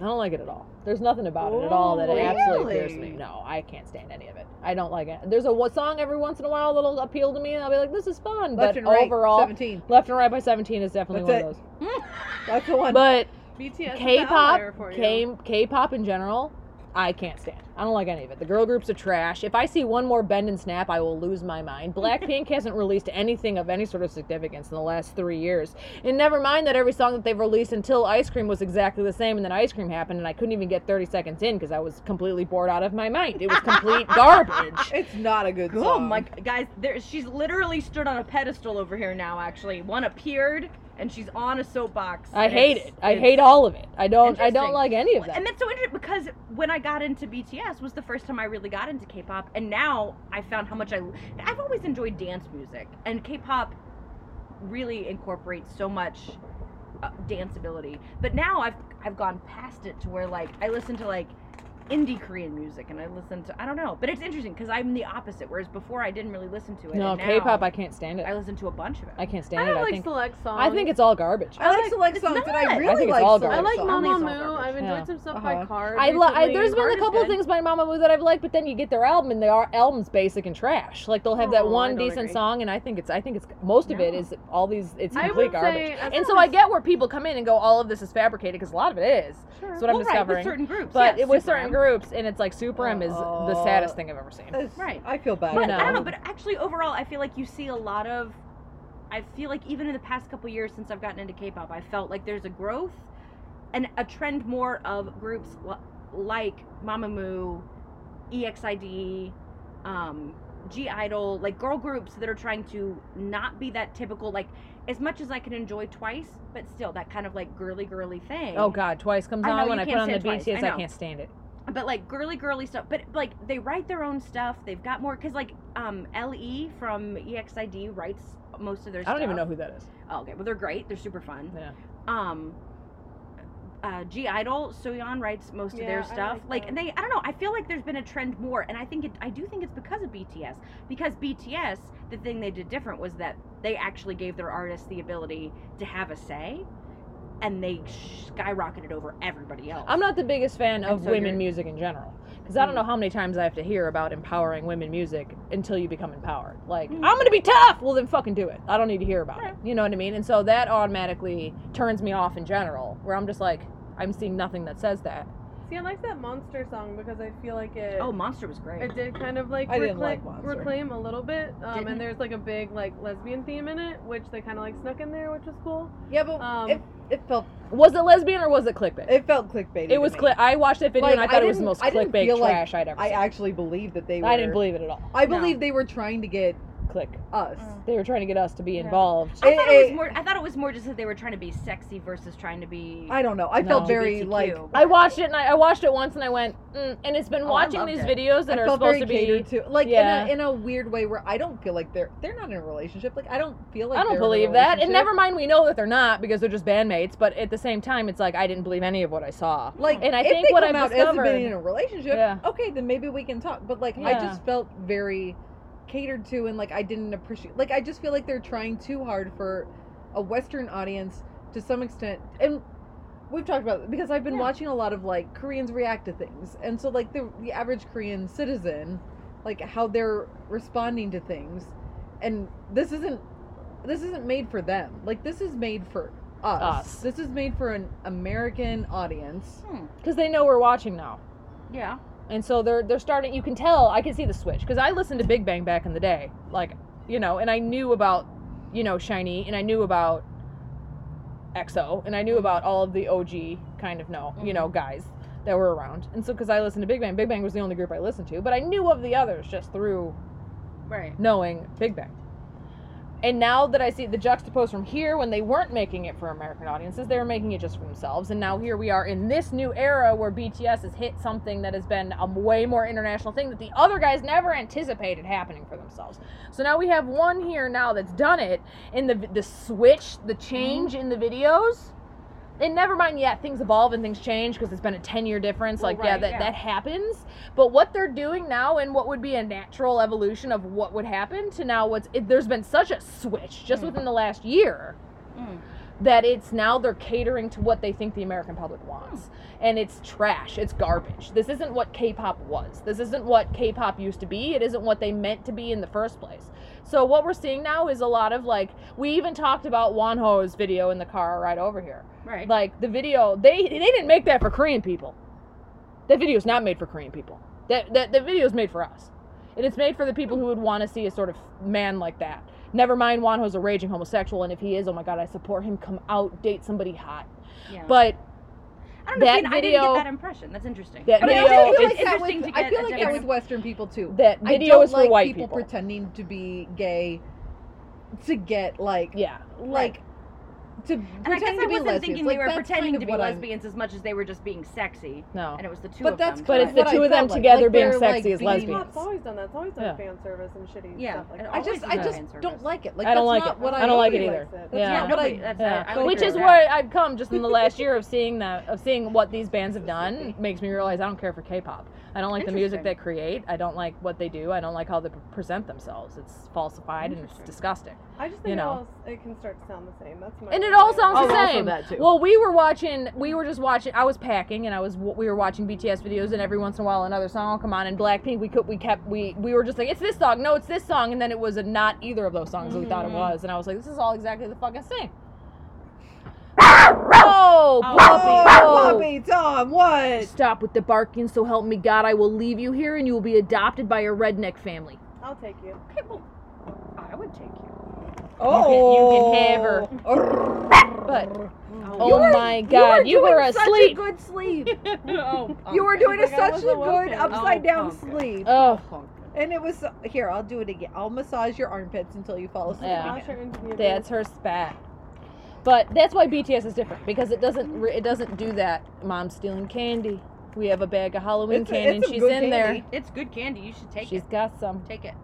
Speaker 3: I don't like it at all. There's nothing about it at all that it absolutely
Speaker 6: really?
Speaker 3: appears me. No, I can't stand any of it. I don't like it. There's a wa- song every once in a while that'll appeal to me, and I'll be like, "This is fun."
Speaker 4: Left
Speaker 3: but
Speaker 4: and right,
Speaker 3: overall,
Speaker 4: seventeen.
Speaker 3: Left and Right by Seventeen is definitely
Speaker 4: That's
Speaker 3: one of those.
Speaker 4: That's the one.
Speaker 3: But
Speaker 5: BTS is the outlier
Speaker 3: K-pop,
Speaker 5: for you.
Speaker 3: K- K-pop in general, I can't stand. I don't like any of it. The girl groups are trash. If I see one more bend and snap, I will lose my mind. Blackpink hasn't released anything of any sort of significance in the last three years. And never mind that every song that they've released until Ice Cream was exactly the same, and then Ice Cream happened, and I couldn't even get 30 seconds in because I was completely bored out of my mind. It was complete garbage.
Speaker 4: It's not a good
Speaker 6: Oh
Speaker 4: song.
Speaker 6: my g- guys, there she's literally stood on a pedestal over here now. Actually, one appeared and she's on a soapbox.
Speaker 3: I
Speaker 6: and
Speaker 3: hate
Speaker 6: it's-
Speaker 3: it. I
Speaker 6: it's-
Speaker 3: hate all of it. I don't. I don't
Speaker 6: Interesting.
Speaker 3: like any of
Speaker 6: And
Speaker 3: that.
Speaker 6: that's so interesting because when I got into BTS was the first time I really got into K-pop, and now I found how much I I've always enjoyed dance music, and K-pop really incorporates so much uh, danceability. But now I've I've gone past it to where like I listen to like indie Korean music, and I listen to I don't know, but it's interesting because I'm the opposite. Whereas before I didn't really listen to it.
Speaker 3: No,
Speaker 6: and now
Speaker 3: K-pop. I can't stand it.
Speaker 6: I listen to a bunch of it.
Speaker 3: I can't
Speaker 5: I
Speaker 3: stand it.
Speaker 5: don't
Speaker 3: I
Speaker 5: like
Speaker 3: think.
Speaker 5: select songs.
Speaker 3: I think it's all garbage.
Speaker 4: I like select songs, and I
Speaker 6: not.
Speaker 4: really
Speaker 3: I think it's
Speaker 4: like
Speaker 3: all
Speaker 4: select
Speaker 5: I like
Speaker 4: songs.
Speaker 5: Mama
Speaker 6: Only's all
Speaker 5: Moo.
Speaker 6: garbage.
Speaker 5: I've enjoyed
Speaker 3: Yeah.
Speaker 5: some stuff
Speaker 4: Uh-huh.
Speaker 5: by Card.
Speaker 3: I love.
Speaker 5: recently.
Speaker 3: There's been
Speaker 5: Card
Speaker 3: a
Speaker 5: is
Speaker 3: couple of
Speaker 5: good.
Speaker 3: things by Mama Moo that I've liked, but then you get their album and they are album's basic and trash. Like they'll have
Speaker 5: Oh,
Speaker 3: that
Speaker 5: I
Speaker 3: one
Speaker 5: don't
Speaker 3: decent
Speaker 5: agree.
Speaker 3: song, and I think it's. I think it's most of it is all these. It's
Speaker 5: I
Speaker 3: complete
Speaker 5: would say
Speaker 3: garbage.
Speaker 5: as
Speaker 3: and so
Speaker 5: long
Speaker 3: I
Speaker 5: as-
Speaker 3: get where people come in and go, all of this is fabricated because a lot of it is. That's what I'm
Speaker 6: Well, right,
Speaker 3: discovering.
Speaker 6: with certain groups,
Speaker 3: but
Speaker 6: yeah,
Speaker 3: it was
Speaker 6: Super Uh,
Speaker 3: certain
Speaker 6: M.
Speaker 3: groups, and it's like Super M is the saddest thing I've ever seen.
Speaker 4: It's-
Speaker 6: Right.
Speaker 4: I feel bad.
Speaker 3: But
Speaker 6: But
Speaker 4: now.
Speaker 6: I don't know. But actually, overall, I feel like you see a lot of. I feel like even in the past couple years since I've gotten into K-pop, I felt like there's a growth and a trend more of groups l- like Mamamoo, E EXID, um, G Idol, like girl groups that are trying to not be that typical like. As much as I can enjoy Twice, but still that kind of like girly girly thing.
Speaker 3: Oh God, twice comes
Speaker 6: I know,
Speaker 3: on
Speaker 6: you
Speaker 3: when I put
Speaker 6: can't
Speaker 3: on the
Speaker 6: stand Twice,
Speaker 3: BTS.
Speaker 6: I
Speaker 3: I,
Speaker 6: know.
Speaker 3: can't stand it.
Speaker 6: but like girly girly stuff but like they write their own stuff they've got more because like um le from E exid writes most of their
Speaker 3: I don't even know
Speaker 6: stuff.
Speaker 3: who that is.
Speaker 6: oh, okay well they're great they're super fun
Speaker 3: Yeah.
Speaker 6: um uh, G Idol Soyeon writes most of
Speaker 4: Yeah, I
Speaker 6: their stuff.
Speaker 4: like
Speaker 6: Like,
Speaker 4: them.
Speaker 6: and they, I don't know. I feel like there's been a trend more, and I think it, I do think it's because of BTS. Because BTS, the thing they did different was that they actually gave their artists the ability to have a say, and they skyrocketed over everybody else.
Speaker 3: I'm not the biggest fan of
Speaker 6: And so
Speaker 3: women
Speaker 6: you're-
Speaker 3: music in general because I don't
Speaker 4: Mm.
Speaker 3: know how many times I have to hear about empowering women music until you become empowered. Like,
Speaker 4: Mm.
Speaker 3: I'm gonna be tough. Well, then fucking do it. I don't need to hear about it. You know what I mean? And so that automatically turns me off in general, where I'm just like, I'm seeing nothing that says that.
Speaker 5: See, I like that Monster song because I feel like it.
Speaker 6: oh, Monster was great.
Speaker 5: It did kind of like,
Speaker 4: I didn't
Speaker 5: recla-
Speaker 4: like Monster.
Speaker 5: reclaim a little bit, um,
Speaker 6: Didn't?
Speaker 5: and there's like a big like lesbian theme in it, which they kind of like snuck in there, which was cool.
Speaker 4: yeah, but
Speaker 5: Um,
Speaker 4: it, it felt
Speaker 3: Was it lesbian or was it clickbait? It,
Speaker 4: it felt clickbait.
Speaker 3: was.
Speaker 4: clickbait.
Speaker 3: Cli- I watched that video
Speaker 4: Like,
Speaker 3: and I
Speaker 4: I
Speaker 3: thought it was the
Speaker 4: didn't-
Speaker 3: most
Speaker 4: I didn't
Speaker 3: clickbait
Speaker 4: feel like
Speaker 3: trash I'd ever
Speaker 4: I
Speaker 3: seen.
Speaker 4: actually believed that they. Were,
Speaker 3: I didn't believe it at all.
Speaker 4: I believe they were trying to get
Speaker 3: Click.
Speaker 4: us.
Speaker 3: They were trying to get us to be involved.
Speaker 6: I
Speaker 4: It-
Speaker 6: thought it was
Speaker 4: it-
Speaker 6: more. I thought it was more just that they were trying to be sexy versus trying to be.
Speaker 4: I don't know. I
Speaker 3: No.
Speaker 4: felt very
Speaker 6: LGBTQ,
Speaker 4: like
Speaker 6: but-
Speaker 3: I watched it and I, I watched it once and I went, mm, and it's been
Speaker 6: Oh, I
Speaker 3: watching
Speaker 6: loved
Speaker 3: these
Speaker 6: it.
Speaker 3: videos that
Speaker 4: I
Speaker 3: are
Speaker 4: felt very
Speaker 3: supposed to be.
Speaker 4: catered to, like
Speaker 3: Yeah.
Speaker 4: in, a, in a weird way where I don't feel like they're they're not in a relationship. Like I don't feel like
Speaker 3: I don't
Speaker 4: they're in a
Speaker 3: believe that, and
Speaker 4: relationship.
Speaker 3: never mind. We know that they're not because they're just bandmates. But at the same time, it's like I didn't believe any of what I saw.
Speaker 4: Like,
Speaker 3: And I
Speaker 4: if
Speaker 3: think
Speaker 4: they
Speaker 3: what
Speaker 4: come
Speaker 3: I've
Speaker 4: out as
Speaker 3: discovered-
Speaker 4: being in a relationship,
Speaker 3: Yeah.
Speaker 4: okay, then maybe we can talk. But like, I
Speaker 3: Yeah.
Speaker 4: just felt very catered to, and like I didn't appreciate. Like, I just feel like they're trying too hard for a Western audience to some extent, and we've talked about it because I've been watching a lot of like Koreans react to things, and so like the the average Korean citizen, like how they're responding to things, and this isn't this isn't made for them. Like this is made for us.
Speaker 3: Us.
Speaker 4: This is made for an American audience.
Speaker 3: Because they know we're watching now,
Speaker 6: yeah.
Speaker 3: and so they're they're starting. You can tell. I can see the switch because I listened to Big Bang back in the day, like you know, and I knew about you know Shiny, and I knew about EXO, and I
Speaker 4: Mm-hmm.
Speaker 3: knew about all of the OG kind of no you know guys that were around, and so because I listened to Big Bang, Big Bang was the only group I listened to, but I knew of the others just through
Speaker 6: Right.
Speaker 3: knowing Big Bang. And now that I see the juxtapose from here, when they weren't making it for American audiences, they were making it just for themselves. And now here we are in this new era where BTS has hit something that has been a way more international thing that the other guys never anticipated happening for themselves. So now we have one here now that's done it, and the the switch, the change in the videos. And never mind, yeah, things evolve and things change because it's been a 10 year difference. Like, yeah, that, that happens. But what they're doing now and what would be a natural evolution of what would happen to now what's it, there's been such a switch just within the last year
Speaker 6: Mm.
Speaker 3: that it's now they're catering to what they think the American public wants. And it's trash. It's garbage. This isn't what K-pop was. This isn't what K-pop used to be. It isn't what they meant to be in the first place. So what we're seeing now is a lot of like we even talked about Wanho's video in the car right over here.
Speaker 6: Right.
Speaker 3: Like the video, they they didn't make that for Korean people. That video's not made for Korean people. That that the video is made for us, and it's made for the people who would want to see a sort of man like that. Never mind, Juanjo's a raging homosexual, and if he is, oh my god, I support him. Come out, date somebody hot.
Speaker 6: Yeah.
Speaker 3: But
Speaker 6: I don't know. see,
Speaker 3: that
Speaker 6: I didn't
Speaker 3: video-
Speaker 6: get that impression. That's interesting.
Speaker 3: that
Speaker 4: I mean,
Speaker 3: video,
Speaker 4: I feel
Speaker 3: is-
Speaker 4: like that
Speaker 6: interesting
Speaker 4: with,
Speaker 6: to
Speaker 4: I
Speaker 6: get
Speaker 4: feel
Speaker 6: a
Speaker 4: like that
Speaker 6: different-
Speaker 4: with Western people too.
Speaker 3: that
Speaker 4: I
Speaker 3: video
Speaker 4: don't
Speaker 3: is for
Speaker 4: like
Speaker 3: white
Speaker 4: people,
Speaker 3: people.
Speaker 4: pretending to be gay to get like
Speaker 3: yeah,
Speaker 4: like to
Speaker 6: And I
Speaker 4: pretend
Speaker 6: guess
Speaker 4: to
Speaker 6: I
Speaker 4: be
Speaker 6: wasn't
Speaker 4: lesbians.
Speaker 6: thinking
Speaker 4: like,
Speaker 6: they were
Speaker 4: that's
Speaker 6: pretending
Speaker 4: kind of
Speaker 6: to be
Speaker 4: what I'm-
Speaker 6: lesbians as much as they were just being sexy.
Speaker 3: no.
Speaker 6: And it was the two
Speaker 4: But
Speaker 6: of
Speaker 4: that's
Speaker 6: them.
Speaker 3: But it's the
Speaker 4: what I
Speaker 3: two of them
Speaker 4: felt like.
Speaker 3: together
Speaker 4: Like,
Speaker 3: being
Speaker 4: they're, like,
Speaker 3: sexy as
Speaker 4: being-
Speaker 5: Well,
Speaker 3: lesbians.
Speaker 5: it's always done that. It's always done
Speaker 3: Yeah.
Speaker 5: fan service and shitty
Speaker 6: Yeah,
Speaker 5: stuff like
Speaker 6: it
Speaker 5: that.
Speaker 4: I
Speaker 6: always
Speaker 4: just
Speaker 6: is
Speaker 4: I
Speaker 6: done
Speaker 4: just
Speaker 6: fan service.
Speaker 4: don't like it. Like
Speaker 3: I don't
Speaker 4: that's
Speaker 3: like
Speaker 4: not
Speaker 3: it.
Speaker 4: what
Speaker 3: I don't like it
Speaker 4: always
Speaker 3: either.
Speaker 4: liked
Speaker 3: Yeah.
Speaker 4: That's
Speaker 6: yeah,
Speaker 4: not what
Speaker 6: nobody,
Speaker 4: I
Speaker 6: that's, I, I
Speaker 3: Yeah.
Speaker 6: would
Speaker 3: Which
Speaker 6: agree
Speaker 3: is
Speaker 6: with
Speaker 3: where I've come just in the last year of seeing that of seeing what these bands have done makes me realize I don't care for K-pop. I don't like the music they
Speaker 6: Interesting.
Speaker 3: create. I don't like what they do. I don't like how they p- present themselves. It's falsified and it's
Speaker 6: Interesting.
Speaker 3: disgusting.
Speaker 5: I just
Speaker 3: you
Speaker 5: think it,
Speaker 3: know.
Speaker 5: all, it can start to sound the same. That's my
Speaker 3: And it all
Speaker 5: opinion.
Speaker 3: sounds the
Speaker 5: Oh,
Speaker 3: same.
Speaker 4: that too.
Speaker 3: Well, we were watching. We were just watching. I was packing, and I was. We were watching BTS videos, and every once in a while, another song will come on. And Blackpink, we could. We kept. We we were just like, it's this song. No, it's this song. And then it was a, not either of those songs that we thought it was. And I was like, this is all exactly the fucking same. oh,
Speaker 4: Oh,
Speaker 3: Poppy!
Speaker 4: Poppy, Tom, what?
Speaker 3: Stop with the barking. So help me God, I will leave you here, and you will be adopted by a redneck family.
Speaker 5: I'll take you.
Speaker 6: I would take you.
Speaker 3: Oh. You can, you can have her. But oh my God, you were, asleep.
Speaker 4: good sleep.
Speaker 1: oh,
Speaker 4: You were doing
Speaker 5: She's
Speaker 4: a
Speaker 5: like, I
Speaker 4: such a
Speaker 5: wasn't
Speaker 4: good
Speaker 5: woken.
Speaker 4: upside down
Speaker 1: Oh,
Speaker 4: sleep.
Speaker 3: oh,
Speaker 4: And it was so- here. I'll do it again. I'll massage your armpits until you fall asleep.
Speaker 3: Yeah.
Speaker 5: I'll
Speaker 4: again.
Speaker 5: turn into the
Speaker 3: that's her spat. But that's why BTS is different because it doesn't re- it doesn't do that. Mom's stealing candy. We have a bag of Halloween
Speaker 4: It's a-
Speaker 3: candy, and
Speaker 4: it's a
Speaker 3: she's in
Speaker 4: good
Speaker 3: there.
Speaker 4: candy.
Speaker 6: It's good candy. You should take
Speaker 3: She's
Speaker 6: it.
Speaker 3: got some.
Speaker 6: Take it.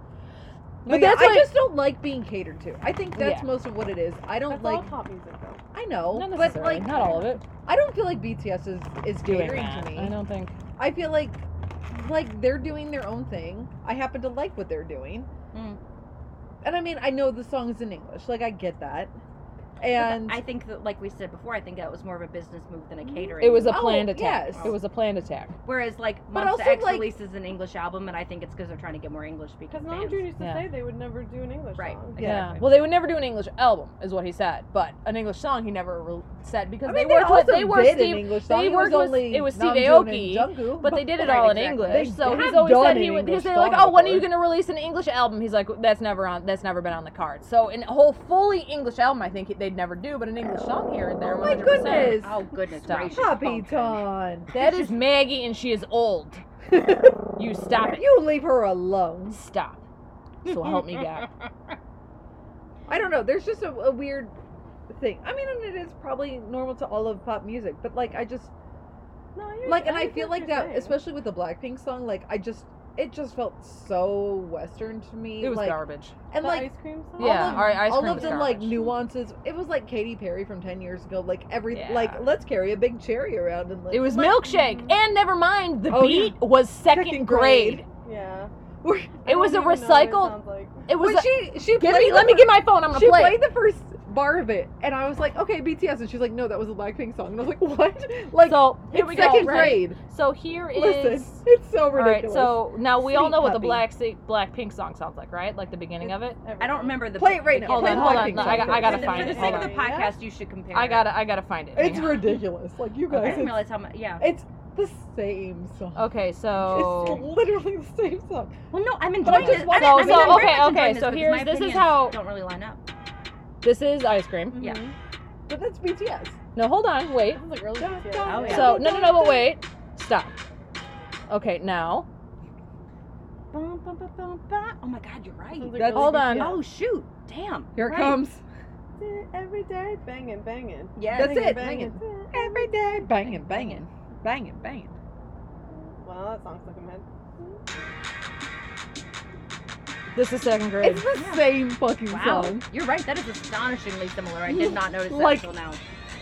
Speaker 4: No,
Speaker 3: But
Speaker 4: yeah,
Speaker 3: that's
Speaker 4: I
Speaker 3: why-
Speaker 4: just don't like being catered to. I think that's
Speaker 3: Yeah.
Speaker 4: most of what it is. I don't
Speaker 5: That's
Speaker 4: like.
Speaker 5: all pop music though.
Speaker 4: I know,
Speaker 3: Not
Speaker 4: but
Speaker 3: necessarily,
Speaker 4: like,
Speaker 3: not all of it.
Speaker 4: I don't feel like BTS is is
Speaker 3: Doing
Speaker 4: catering
Speaker 3: that. Mm-hmm.
Speaker 4: to me.
Speaker 3: I don't think.
Speaker 4: I feel like like they're doing their own thing. I happen to like what they're doing.
Speaker 6: Mm.
Speaker 4: And I mean, I know the song's in English. Like I get that. And
Speaker 6: I think that, like we said before, I think that was more of a business move than a catering.
Speaker 3: It was a
Speaker 4: Oh,
Speaker 3: planned attack.
Speaker 4: yes.
Speaker 3: It was a planned attack.
Speaker 6: Whereas, like,
Speaker 4: But
Speaker 6: Monsta
Speaker 4: also,
Speaker 6: X
Speaker 4: like-
Speaker 6: releases an English album, and I think it's because they're trying to get more English speaking
Speaker 5: Because
Speaker 6: fans.
Speaker 5: Mom June used to
Speaker 3: Yeah.
Speaker 5: say they would never do an English
Speaker 6: Right.
Speaker 5: song.
Speaker 4: Yeah.
Speaker 3: Yeah. Well, they would never do an English album, is what he said. But an English song, he never re- said because
Speaker 4: I mean,
Speaker 3: they worked with
Speaker 4: also
Speaker 3: they worked
Speaker 4: did
Speaker 3: Steve,
Speaker 4: an English
Speaker 3: they
Speaker 4: song.
Speaker 3: worked
Speaker 4: it was
Speaker 3: with-
Speaker 4: only
Speaker 3: it was Steve
Speaker 4: Namjoon and
Speaker 3: Aoki,
Speaker 4: Jungkook,
Speaker 3: but they did it all in English.
Speaker 4: They
Speaker 3: so
Speaker 4: have
Speaker 3: he's always
Speaker 4: done
Speaker 3: said
Speaker 4: an
Speaker 3: he would.
Speaker 4: English
Speaker 3: He's like,
Speaker 4: song
Speaker 3: oh, when are you
Speaker 4: before."
Speaker 3: going to release an English album? He's like, that's never on. That's never been on the cards. So in a whole fully English album, I think they'd never do. But an English song here and there.
Speaker 4: Oh my
Speaker 3: 100%.
Speaker 4: goodness.
Speaker 6: Oh, goodness
Speaker 3: Stop.
Speaker 6: gracious.
Speaker 4: Poppy
Speaker 6: Vulcan.
Speaker 4: Ton.
Speaker 3: That is Maggie, and she is old. you stop it.
Speaker 4: You leave her alone.
Speaker 3: Stop. So help me God.
Speaker 4: I don't know. There's just a, a weird thing. I mean, and it is probably normal to all of pop music, but like I just
Speaker 5: No, I hear-
Speaker 4: like and
Speaker 5: I
Speaker 4: I
Speaker 5: hear
Speaker 4: feel
Speaker 5: what
Speaker 4: like
Speaker 5: you're
Speaker 4: that
Speaker 5: saying.
Speaker 4: especially with the Blackpink song like I just it just felt so western to me
Speaker 3: It was
Speaker 4: like
Speaker 3: garbage.
Speaker 4: and
Speaker 5: The
Speaker 4: like
Speaker 5: ice cream song.
Speaker 3: Yeah,
Speaker 4: of-
Speaker 3: our ice
Speaker 4: all
Speaker 3: cream
Speaker 4: of
Speaker 3: was
Speaker 4: the like
Speaker 3: garbage.
Speaker 4: nuances it was like Katy Perry from 10 years ago like every
Speaker 3: Yeah.
Speaker 4: like let's carry a big cherry around and like
Speaker 3: It was
Speaker 4: like,
Speaker 3: milkshake, and never mind the
Speaker 4: Oh, yeah.
Speaker 3: beat was second,
Speaker 4: Second grade.
Speaker 3: grade.
Speaker 5: Yeah.
Speaker 4: It
Speaker 5: I don't
Speaker 3: was a
Speaker 5: even know what it
Speaker 3: recycled-
Speaker 5: sounds like.
Speaker 3: It was.
Speaker 4: when
Speaker 3: a-
Speaker 4: she she
Speaker 3: give
Speaker 4: played
Speaker 3: me,
Speaker 4: the
Speaker 3: let me
Speaker 4: fir-
Speaker 3: get my phone. I'm gonna
Speaker 4: she
Speaker 3: play.
Speaker 4: played the first bar of it, and I was like, "Okay, BTS," and she's like, "No, that was a Blackpink song," and I was like, "What?" Like,
Speaker 3: so here
Speaker 4: it's
Speaker 3: we go.
Speaker 4: second
Speaker 3: right.
Speaker 4: grade.
Speaker 3: So here is.
Speaker 4: Listen, it's so
Speaker 3: all right.
Speaker 4: ridiculous.
Speaker 3: So now we all
Speaker 4: Sweet
Speaker 3: know what the
Speaker 4: puppy.
Speaker 3: black black pink song sounds like, right? Like the beginning of it.
Speaker 5: Everything.
Speaker 6: I don't remember the.
Speaker 4: Play it right
Speaker 6: the
Speaker 4: now.
Speaker 3: Hold
Speaker 6: kid's
Speaker 4: Play
Speaker 3: on,
Speaker 4: the
Speaker 6: name.
Speaker 3: hold
Speaker 4: Blackpink
Speaker 3: on. No,
Speaker 4: song
Speaker 3: I got, I
Speaker 4: first.
Speaker 3: gotta
Speaker 6: For the-
Speaker 3: find it.
Speaker 6: For the sake
Speaker 3: Hold
Speaker 6: of the
Speaker 3: on.
Speaker 5: on.
Speaker 6: podcast, you should compare.
Speaker 3: I
Speaker 6: it.
Speaker 3: gotta, I gotta find it.
Speaker 4: it's
Speaker 3: Hang on.
Speaker 4: ridiculous. Like you
Speaker 6: I
Speaker 4: guys,
Speaker 6: didn't realize how much. Yeah.
Speaker 4: it's, it's the same song.
Speaker 3: Okay, so.
Speaker 4: It's literally the same song.
Speaker 6: Well, no, I'm
Speaker 4: But I
Speaker 6: enjoying
Speaker 4: just
Speaker 6: this.
Speaker 4: want-
Speaker 6: I
Speaker 3: So-
Speaker 6: mean,
Speaker 3: so,
Speaker 6: I'm very
Speaker 3: okay,
Speaker 6: much
Speaker 3: okay, so
Speaker 6: enjoying because
Speaker 3: here's-
Speaker 6: my
Speaker 3: this is
Speaker 6: opinions
Speaker 3: how-
Speaker 6: Don't really line up.
Speaker 3: This is ice cream.
Speaker 4: Yeah. But that's BTS.
Speaker 3: No, hold on, wait.
Speaker 5: Sounds like really good. Yeah.
Speaker 6: yeah.
Speaker 3: So no, no, no, but wait. Stop. Okay, now.
Speaker 6: Bum, bum, bum, bum, bum. Oh my God, you're right.
Speaker 5: Sounds like
Speaker 4: That's-
Speaker 5: really
Speaker 3: Hold
Speaker 5: good
Speaker 3: on.
Speaker 5: jazz.
Speaker 6: Oh shoot, damn.
Speaker 4: Here it
Speaker 6: Right.
Speaker 4: comes.
Speaker 5: Every day, banging, banging.
Speaker 6: Yeah.
Speaker 4: That's
Speaker 5: Banging,
Speaker 4: it,
Speaker 5: banging.
Speaker 4: Every day, banging, banging, banging, banging.
Speaker 5: Wow, that song stuck in my head.
Speaker 3: This is second grade.
Speaker 4: It's the same fucking
Speaker 6: Wow,
Speaker 4: song.
Speaker 6: you're right. That is astonishingly similar. I did not notice that
Speaker 4: Like-
Speaker 6: until now.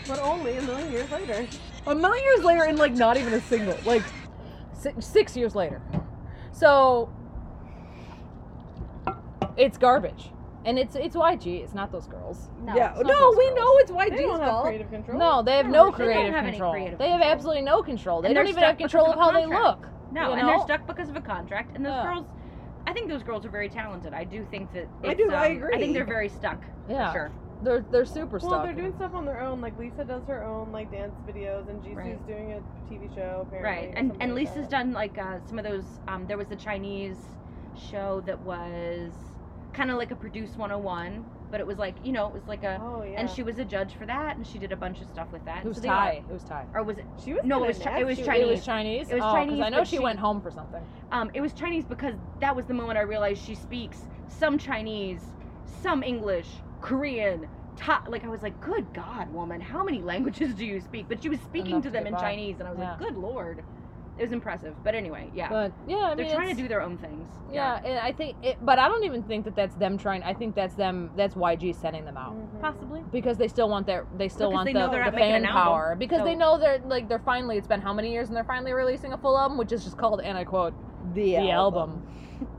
Speaker 5: But only a million years later.
Speaker 4: A million years later, and like not even a single. Like
Speaker 3: Si- six years later. So it's garbage, and it's it's YG. It's not those girls.
Speaker 6: No.
Speaker 4: yeah,
Speaker 3: it's not
Speaker 4: no,
Speaker 3: those
Speaker 4: we
Speaker 3: girls.
Speaker 4: know it's
Speaker 5: They don't
Speaker 4: YG's
Speaker 5: have
Speaker 4: fault.
Speaker 5: creative control.
Speaker 3: No, they have
Speaker 6: No,
Speaker 3: no,
Speaker 6: they don't
Speaker 3: creative
Speaker 6: have any
Speaker 3: control.
Speaker 6: creative
Speaker 3: they have
Speaker 6: control.
Speaker 3: absolutely no control. They
Speaker 6: And
Speaker 3: don't
Speaker 6: they're
Speaker 3: even have
Speaker 6: stuck because
Speaker 3: control
Speaker 6: of
Speaker 3: of
Speaker 6: a
Speaker 3: how they
Speaker 6: contract.
Speaker 3: look.
Speaker 6: No,
Speaker 3: you
Speaker 6: and they're
Speaker 3: know?
Speaker 6: stuck because of a contract. And those
Speaker 3: Yeah.
Speaker 6: girls, I think those girls are very talented. I do think that. It's,
Speaker 4: I do,
Speaker 6: Um,
Speaker 4: I
Speaker 6: I
Speaker 4: agree.
Speaker 6: think they're very stuck.
Speaker 3: Yeah.
Speaker 6: For sure.
Speaker 3: They're they're super
Speaker 5: Well, they're
Speaker 3: stalking.
Speaker 5: doing stuff on their own. Like Lisa does her own like dance videos, and Jisoo's
Speaker 6: Right.
Speaker 5: doing a TV show. Apparently,
Speaker 6: Right,
Speaker 5: or
Speaker 6: and
Speaker 5: something
Speaker 6: and
Speaker 5: like
Speaker 6: Lisa's
Speaker 5: that.
Speaker 6: done like uh, some of those. Um, there was a Chinese show that was kind of like a Produce 101, but it was like you know it was like a.
Speaker 5: Oh yeah.
Speaker 6: And she was a judge for that, and she did a bunch of stuff with that.
Speaker 3: Who's
Speaker 6: So they all-
Speaker 3: Thai? Who's Thai?
Speaker 6: Or was it?
Speaker 5: She was.
Speaker 6: no, it
Speaker 5: kinda
Speaker 6: was Chi- it was
Speaker 5: nasty.
Speaker 3: It
Speaker 6: Chinese.
Speaker 3: was Chinese.
Speaker 6: It was
Speaker 3: Oh, 'cause
Speaker 6: Chinese,
Speaker 3: I know
Speaker 6: but
Speaker 3: she,
Speaker 6: she-
Speaker 3: went home for something.
Speaker 6: Um, it was Chinese because that was the moment I realized she speaks some Chinese, some English, Korean. Thai. Like I was like, good God, woman, how many languages do you speak? But she was speaking
Speaker 3: Enough
Speaker 6: to
Speaker 3: to
Speaker 6: them
Speaker 3: get
Speaker 6: in
Speaker 3: by.
Speaker 6: Chinese, and I was like, good Lord, it was impressive. But anyway, yeah,
Speaker 3: But yeah, I
Speaker 6: they're
Speaker 3: mean,
Speaker 6: trying to
Speaker 3: it's-
Speaker 6: do their own things.
Speaker 3: Yeah, and I think, it, but I don't even think that that's them trying. I think that's them. That's YG sending them out
Speaker 6: Mm-hmm.
Speaker 5: Mhm.
Speaker 6: possibly.
Speaker 3: because they still want their. They still
Speaker 6: Because
Speaker 3: want
Speaker 6: they
Speaker 3: the,
Speaker 6: know they're
Speaker 3: the
Speaker 6: not making
Speaker 3: fan
Speaker 6: an album,
Speaker 3: power because they
Speaker 6: so-
Speaker 3: know they're like they're finally. It's been how many years and they're finally releasing a full album, which is just called and I quote
Speaker 4: The, uh,
Speaker 3: the album.